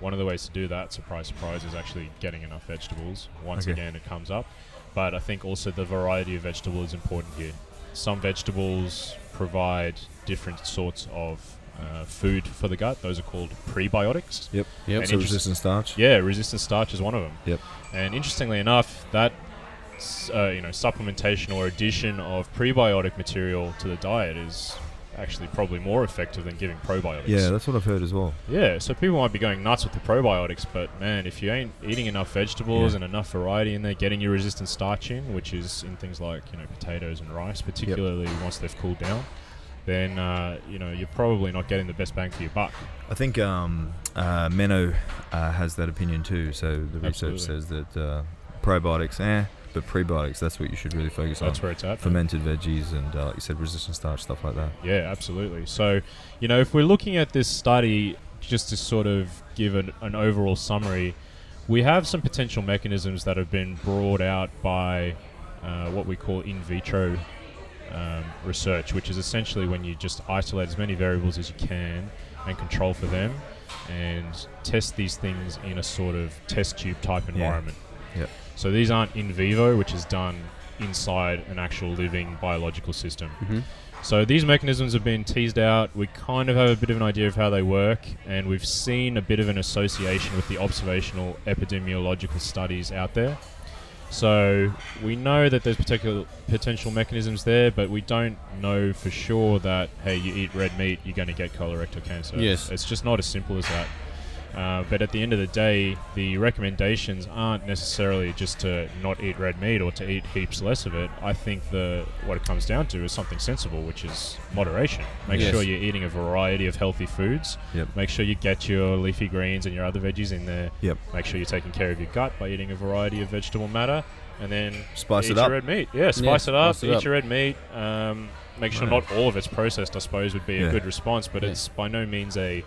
[SPEAKER 3] one of the ways to do that, surprise, surprise, is actually getting enough vegetables. Once
[SPEAKER 1] Okay.
[SPEAKER 3] again, it comes up. But I think also the variety of vegetable is important here. Some vegetables provide different sorts of uh, food for the gut. Those are called prebiotics.
[SPEAKER 1] Yep.
[SPEAKER 2] Yep.
[SPEAKER 3] And
[SPEAKER 1] So
[SPEAKER 3] interest-
[SPEAKER 1] resistant starch.
[SPEAKER 3] Yeah, resistant starch is one of them.
[SPEAKER 1] Yep.
[SPEAKER 3] And interestingly enough, that s- uh, you know supplementation or addition of prebiotic material to the diet is actually probably more effective than giving probiotics.
[SPEAKER 1] Yeah, that's what I've heard as well.
[SPEAKER 3] Yeah, so people might be going nuts with the probiotics, but man, if you ain't eating enough vegetables
[SPEAKER 1] Yeah.
[SPEAKER 3] and enough variety in there, getting your resistant starch in, which is in things like you know potatoes and rice, particularly once they've cooled down, then uh, you know you're probably not getting the best bang for your buck.
[SPEAKER 1] I think um, uh, Menno uh, has that opinion too. So the
[SPEAKER 3] Absolutely.
[SPEAKER 1] research says that uh, probiotics, eh, but prebiotics, that's what you should really focus on.
[SPEAKER 3] That's where it's at. man.
[SPEAKER 1] Fermented veggies and, uh, like you said, resistant starch, stuff like that.
[SPEAKER 3] Yeah, absolutely. So, you know, if we're looking at this study, just to sort of give an, an overall summary, we have some potential mechanisms that have been brought out by uh, what we call in vitro um, research, which is essentially when you just isolate as many variables as you can and control for them and test these things in a sort of test tube type environment.
[SPEAKER 1] Yep.
[SPEAKER 3] So these aren't in vivo, which is done inside an actual living biological system.
[SPEAKER 2] Mhm.
[SPEAKER 3] So these mechanisms have been teased out. We kind of have a bit of an idea of how they work, and we've seen a bit of an association with the observational epidemiological studies out there. So we know that there's particular potential mechanisms there, but we don't know for sure that hey, you eat red meat, you're going to get colorectal cancer.
[SPEAKER 2] Yes.
[SPEAKER 3] it's just not as simple as that. Uh, but at the end of the day, the recommendations aren't necessarily just to not eat red meat or to eat heaps less of it. I think the what it comes down to is something sensible, which is moderation. Make
[SPEAKER 2] Yes.
[SPEAKER 3] sure you're eating a variety of healthy foods.
[SPEAKER 1] Yep.
[SPEAKER 3] Make sure you get your leafy greens and your other veggies in there.
[SPEAKER 1] Yep.
[SPEAKER 3] Make sure you're taking care of your gut by eating a variety of vegetable matter, and then
[SPEAKER 1] Spice
[SPEAKER 3] eat
[SPEAKER 1] it
[SPEAKER 3] your
[SPEAKER 1] up.
[SPEAKER 3] red meat. Yeah, spice it up.
[SPEAKER 2] spice it
[SPEAKER 3] eat
[SPEAKER 2] up.
[SPEAKER 3] your red meat. Um, make sure
[SPEAKER 1] Right.
[SPEAKER 3] not all of it's processed. I suppose would be a
[SPEAKER 1] Yeah.
[SPEAKER 3] good response, but
[SPEAKER 2] Yeah.
[SPEAKER 3] it's by no means a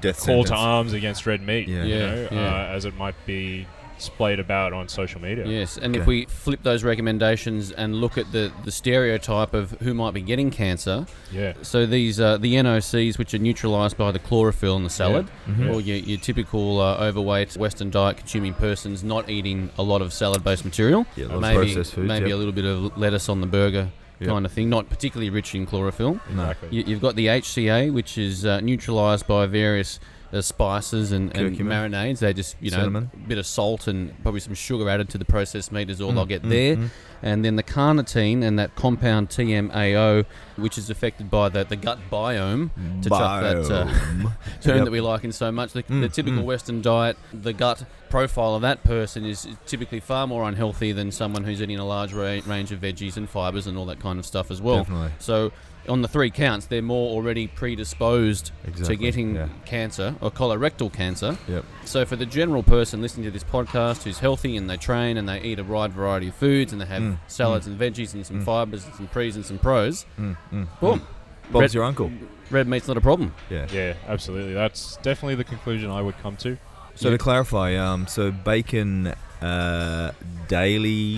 [SPEAKER 1] Death
[SPEAKER 3] call to
[SPEAKER 1] sentence.
[SPEAKER 3] arms against red meat,
[SPEAKER 1] Yeah.
[SPEAKER 3] you
[SPEAKER 2] Yeah,
[SPEAKER 3] know,
[SPEAKER 2] yeah.
[SPEAKER 3] Uh, as it might be splayed about on social media.
[SPEAKER 2] Yes, and if
[SPEAKER 1] Okay.
[SPEAKER 2] we flip those recommendations and look at the, the stereotype of who might be getting cancer,
[SPEAKER 3] Yeah.
[SPEAKER 2] so these uh, the NOCs, which are neutralised by the chlorophyll in the salad,
[SPEAKER 1] Mm-hmm.
[SPEAKER 3] Mhm.
[SPEAKER 2] or your, your typical uh, overweight Western diet consuming persons not eating a lot of salad based material,
[SPEAKER 1] Yeah, a lot of
[SPEAKER 2] maybe
[SPEAKER 1] processed foods,
[SPEAKER 2] maybe
[SPEAKER 1] yep.
[SPEAKER 2] a little bit of lettuce on the burger
[SPEAKER 1] Yep.
[SPEAKER 2] kind of thing, not particularly rich in chlorophyll.
[SPEAKER 1] No.
[SPEAKER 3] Exactly.
[SPEAKER 2] You, you've got the HCA, which is uh, neutralised by various uh, spices and, and
[SPEAKER 1] Curcumin.
[SPEAKER 2] marinades. They just, you know,
[SPEAKER 1] Cinnamon.
[SPEAKER 2] a bit of salt and probably some sugar added to the processed meat is all they'll get
[SPEAKER 1] mm,
[SPEAKER 2] there.
[SPEAKER 1] mm.
[SPEAKER 2] And then the carnitine and that compound TMAO, which is affected by the, the gut biome, to chuck that uh,
[SPEAKER 1] Biome.
[SPEAKER 2] term
[SPEAKER 1] Yep.
[SPEAKER 2] that we like in so much. The, the
[SPEAKER 1] Mm,
[SPEAKER 2] typical
[SPEAKER 1] mm.
[SPEAKER 2] Western diet, the gut profile of that person is typically far more unhealthy than someone who's eating a large ra- range of veggies and fibres and all that kind of stuff as well.
[SPEAKER 1] Definitely.
[SPEAKER 2] So on the three counts, they're more already predisposed
[SPEAKER 1] Exactly,
[SPEAKER 2] to getting
[SPEAKER 1] yeah.
[SPEAKER 2] cancer or colorectal cancer.
[SPEAKER 1] Yep.
[SPEAKER 2] So for the general person listening to this podcast who's healthy and they train and they eat a wide variety of foods and they have
[SPEAKER 1] Mm,
[SPEAKER 2] salads and veggies and some fibres and some pre's and some pros,
[SPEAKER 1] Mm, mm,
[SPEAKER 2] boom,
[SPEAKER 1] mm. Bob's
[SPEAKER 2] Red-
[SPEAKER 1] your uncle.
[SPEAKER 2] red meat's not a problem.
[SPEAKER 1] Yeah.
[SPEAKER 3] Yeah, absolutely. That's definitely the conclusion I would come to.
[SPEAKER 1] So to clarify, um, so bacon uh, daily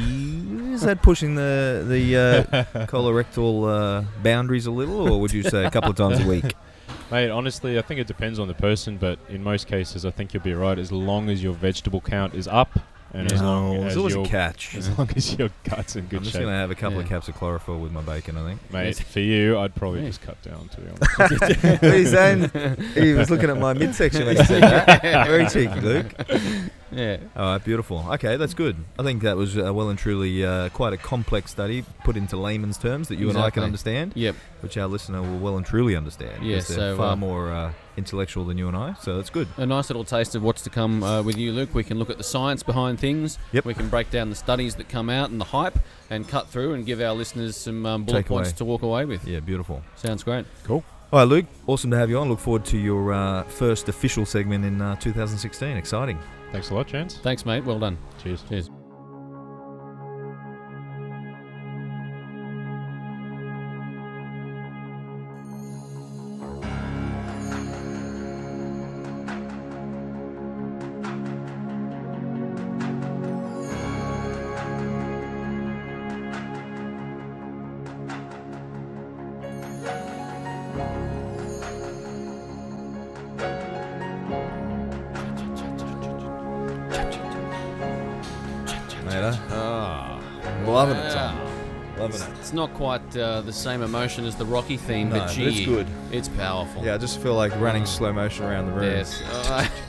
[SPEAKER 1] is that pushing the the uh, colorectal uh, boundaries a little, or would you say a couple of times a week?
[SPEAKER 3] Mate, honestly, I think it depends on the person, but in most cases, I think you'll be right as long as your vegetable count is up and as long
[SPEAKER 1] No,
[SPEAKER 3] as
[SPEAKER 1] it's always a
[SPEAKER 3] your
[SPEAKER 1] catch.
[SPEAKER 3] as long as your guts in good
[SPEAKER 1] I'm just
[SPEAKER 3] shape.
[SPEAKER 1] gonna have a couple of
[SPEAKER 2] Yeah.
[SPEAKER 1] caps of chlorophyll with my bacon. I
[SPEAKER 3] Mate, for you, I'd probably
[SPEAKER 2] Yeah.
[SPEAKER 3] just cut down to be honest.
[SPEAKER 1] think. Please, Zane. He was looking at my midsection when he said that. Very cheeky, Luke.
[SPEAKER 2] yeah.
[SPEAKER 1] All right, beautiful. Okay, that's good. I think that was uh, well and truly uh, quite a complex study put into layman's terms that you and I can
[SPEAKER 2] Exactly.
[SPEAKER 1] understand.
[SPEAKER 2] Yep.
[SPEAKER 1] which our listener will well and truly understand.
[SPEAKER 2] Yeah,
[SPEAKER 1] because they're
[SPEAKER 2] so,
[SPEAKER 1] far
[SPEAKER 2] uh,
[SPEAKER 1] more uh, intellectual than you and I, so that's good.
[SPEAKER 2] A nice little taste of what's to come uh, with you, Luke. We can look at the science behind things.
[SPEAKER 1] Yep.
[SPEAKER 2] We can break down the studies that come out and the hype and cut through and give our listeners some um, bullet
[SPEAKER 1] Take
[SPEAKER 2] points
[SPEAKER 1] away.
[SPEAKER 2] to walk away with.
[SPEAKER 1] Yeah, beautiful.
[SPEAKER 2] Sounds great.
[SPEAKER 1] All right, Luke, awesome to have you on. Look forward to your uh, first official segment in uh, 2016. Exciting.
[SPEAKER 3] Thanks a lot, Chance.
[SPEAKER 2] Thanks, mate. Well done.
[SPEAKER 3] Cheers.
[SPEAKER 2] Cheers.
[SPEAKER 1] Later.
[SPEAKER 2] Ah,
[SPEAKER 1] Loving it, Tom. Loving it.
[SPEAKER 2] It's not quite uh, the same emotion as the Rocky theme,
[SPEAKER 1] No,
[SPEAKER 2] but
[SPEAKER 1] but
[SPEAKER 2] gee,
[SPEAKER 1] it's good.
[SPEAKER 2] It's powerful.
[SPEAKER 1] Yeah, I just feel like running slow motion around the room.
[SPEAKER 2] Yes.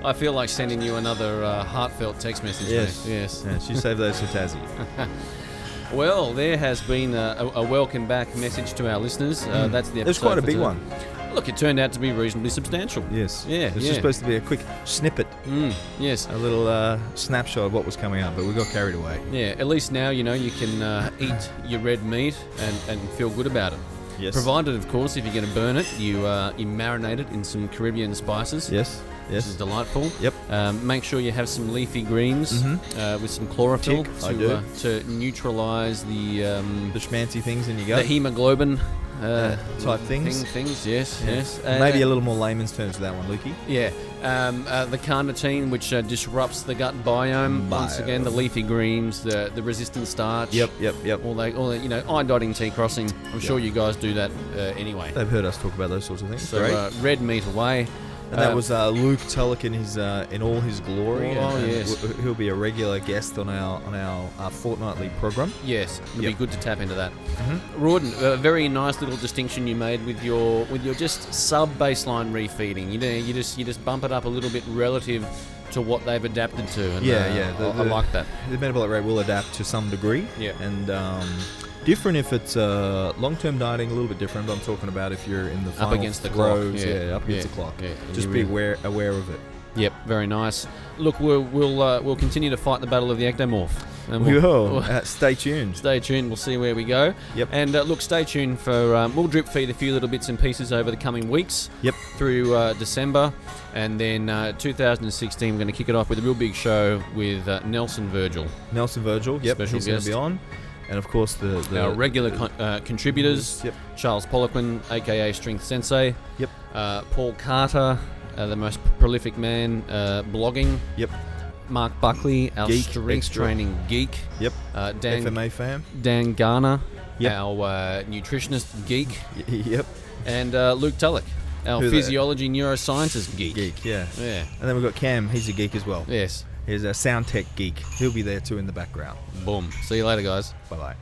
[SPEAKER 2] Uh, I feel like sending you another uh, heartfelt text message. mate.
[SPEAKER 1] Yes.
[SPEAKER 2] Yes.
[SPEAKER 1] Yeah, she saved those for Tassie.
[SPEAKER 2] Well, there has been a, a, a welcome back message to our listeners. Uh, That's the
[SPEAKER 1] Hmm. It
[SPEAKER 2] episode.
[SPEAKER 1] was quite a
[SPEAKER 2] for
[SPEAKER 1] big
[SPEAKER 2] today.
[SPEAKER 1] one.
[SPEAKER 2] Look, it turned out to be reasonably substantial.
[SPEAKER 1] Yes.
[SPEAKER 2] Yeah,
[SPEAKER 1] It's
[SPEAKER 2] yeah.
[SPEAKER 1] just supposed to be a quick snippet,
[SPEAKER 2] Mm, yes.
[SPEAKER 1] a little uh, snapshot of what was coming up, but we got carried away.
[SPEAKER 2] Yeah, at least now you know you can uh, eat your red meat and, and feel good about it.
[SPEAKER 1] Yes.
[SPEAKER 2] Provided, of course, if you're going to burn it, you uh, you marinate it in some Caribbean spices.
[SPEAKER 1] Yes.
[SPEAKER 2] This is
[SPEAKER 1] Yes.
[SPEAKER 2] delightful.
[SPEAKER 1] Yep.
[SPEAKER 2] Um, make sure you have some leafy greens
[SPEAKER 1] Mhm.
[SPEAKER 2] uh, with some chlorophyll
[SPEAKER 1] Tick, I do.
[SPEAKER 2] to, uh, to neutralize the um,
[SPEAKER 1] The schmancy things in your
[SPEAKER 2] the
[SPEAKER 1] gut.
[SPEAKER 2] hemoglobin uh,
[SPEAKER 1] Yeah, type things.
[SPEAKER 2] Thing, things, yes, yes.
[SPEAKER 1] Maybe a little more layman's terms for that one, Lukey.
[SPEAKER 2] Yeah, um, uh, the carnitine, which uh, disrupts the gut biome. Once
[SPEAKER 1] Biome.
[SPEAKER 2] again, the leafy greens, the the resistant starch.
[SPEAKER 1] yep, yep.
[SPEAKER 2] All they, all they, you know, I dotting, T crossing. I'm sure you guys do that uh, anyway.
[SPEAKER 1] They've heard us talk about those sorts of things.
[SPEAKER 2] So
[SPEAKER 1] Great.
[SPEAKER 2] uh, red meat away.
[SPEAKER 1] and that
[SPEAKER 2] uh,
[SPEAKER 1] was uh, Luke Tulloch in his uh, in all his glory.
[SPEAKER 2] Oh,
[SPEAKER 1] and, and
[SPEAKER 2] yes.
[SPEAKER 1] w- he'll be a regular guest on our on our uh, fortnightly program.
[SPEAKER 2] Yes, it'll
[SPEAKER 1] Yep. Mm-hmm.
[SPEAKER 2] be good to tap into that. Rawdon, a very nice little distinction you made with your with your just sub baseline refeeding. You know, you just you just bump it up a little bit relative to what they've adapted to. And,
[SPEAKER 1] Yeah,
[SPEAKER 2] uh,
[SPEAKER 1] yeah. the-
[SPEAKER 2] I, I
[SPEAKER 1] the-
[SPEAKER 2] like that.
[SPEAKER 1] The metabolic rate will adapt to some degree.
[SPEAKER 2] Yeah.
[SPEAKER 1] And um, different if it's uh, long term dieting, a little bit different. But I'm talking about if you're in the
[SPEAKER 2] Up
[SPEAKER 1] final
[SPEAKER 2] against the clock,
[SPEAKER 1] throes,
[SPEAKER 2] yeah,
[SPEAKER 1] up against
[SPEAKER 2] yeah,
[SPEAKER 1] the clock.
[SPEAKER 2] yeah, and
[SPEAKER 1] Just
[SPEAKER 2] you
[SPEAKER 1] be
[SPEAKER 2] really-
[SPEAKER 1] aware aware of it.
[SPEAKER 2] Yep, very nice. Look, we'll we'll, uh, we'll continue to fight the battle of the ectomorph. And we'll-
[SPEAKER 1] Yo,
[SPEAKER 2] we'll-
[SPEAKER 1] uh, stay tuned.
[SPEAKER 2] stay tuned. We'll see where we go.
[SPEAKER 1] Yep.
[SPEAKER 2] And uh, look, stay tuned for um, we'll drip feed a few little bits and pieces over the coming weeks.
[SPEAKER 1] Yep.
[SPEAKER 2] Through uh, December, and then uh, 2016, we're going to kick it off with a real big show with uh, Nelson Virgil,
[SPEAKER 1] Nelson Virgil. Yep.
[SPEAKER 2] Special
[SPEAKER 1] he's going to
[SPEAKER 2] guest.
[SPEAKER 1] be on. And of course the, the
[SPEAKER 2] our regular con- uh, contributors.
[SPEAKER 1] Yep.
[SPEAKER 2] Charles Poliquin, aka Strength Sensei.
[SPEAKER 1] Yep.
[SPEAKER 2] Uh, Paul Carter, uh, the most prolific man uh, blogging.
[SPEAKER 1] Yep.
[SPEAKER 2] Mark Buckley, our
[SPEAKER 1] Geek,
[SPEAKER 2] strength
[SPEAKER 1] extra.
[SPEAKER 2] training geek.
[SPEAKER 1] Yep.
[SPEAKER 2] Uh, Dan
[SPEAKER 1] FMA fam.
[SPEAKER 2] Dan Garner,
[SPEAKER 1] Yep.
[SPEAKER 2] our uh, nutritionist geek,
[SPEAKER 1] Y- yep.
[SPEAKER 2] and uh, Luke Tulloch, our
[SPEAKER 1] Who the-
[SPEAKER 2] physiology neurosciences geek.
[SPEAKER 1] Geek. Yeah.
[SPEAKER 2] Yeah.
[SPEAKER 1] And then we've got Cam. He's a geek as well.
[SPEAKER 2] Yes.
[SPEAKER 1] He's a sound tech geek. He'll be there too in the background.
[SPEAKER 2] Boom. See you later, guys.
[SPEAKER 1] Bye bye.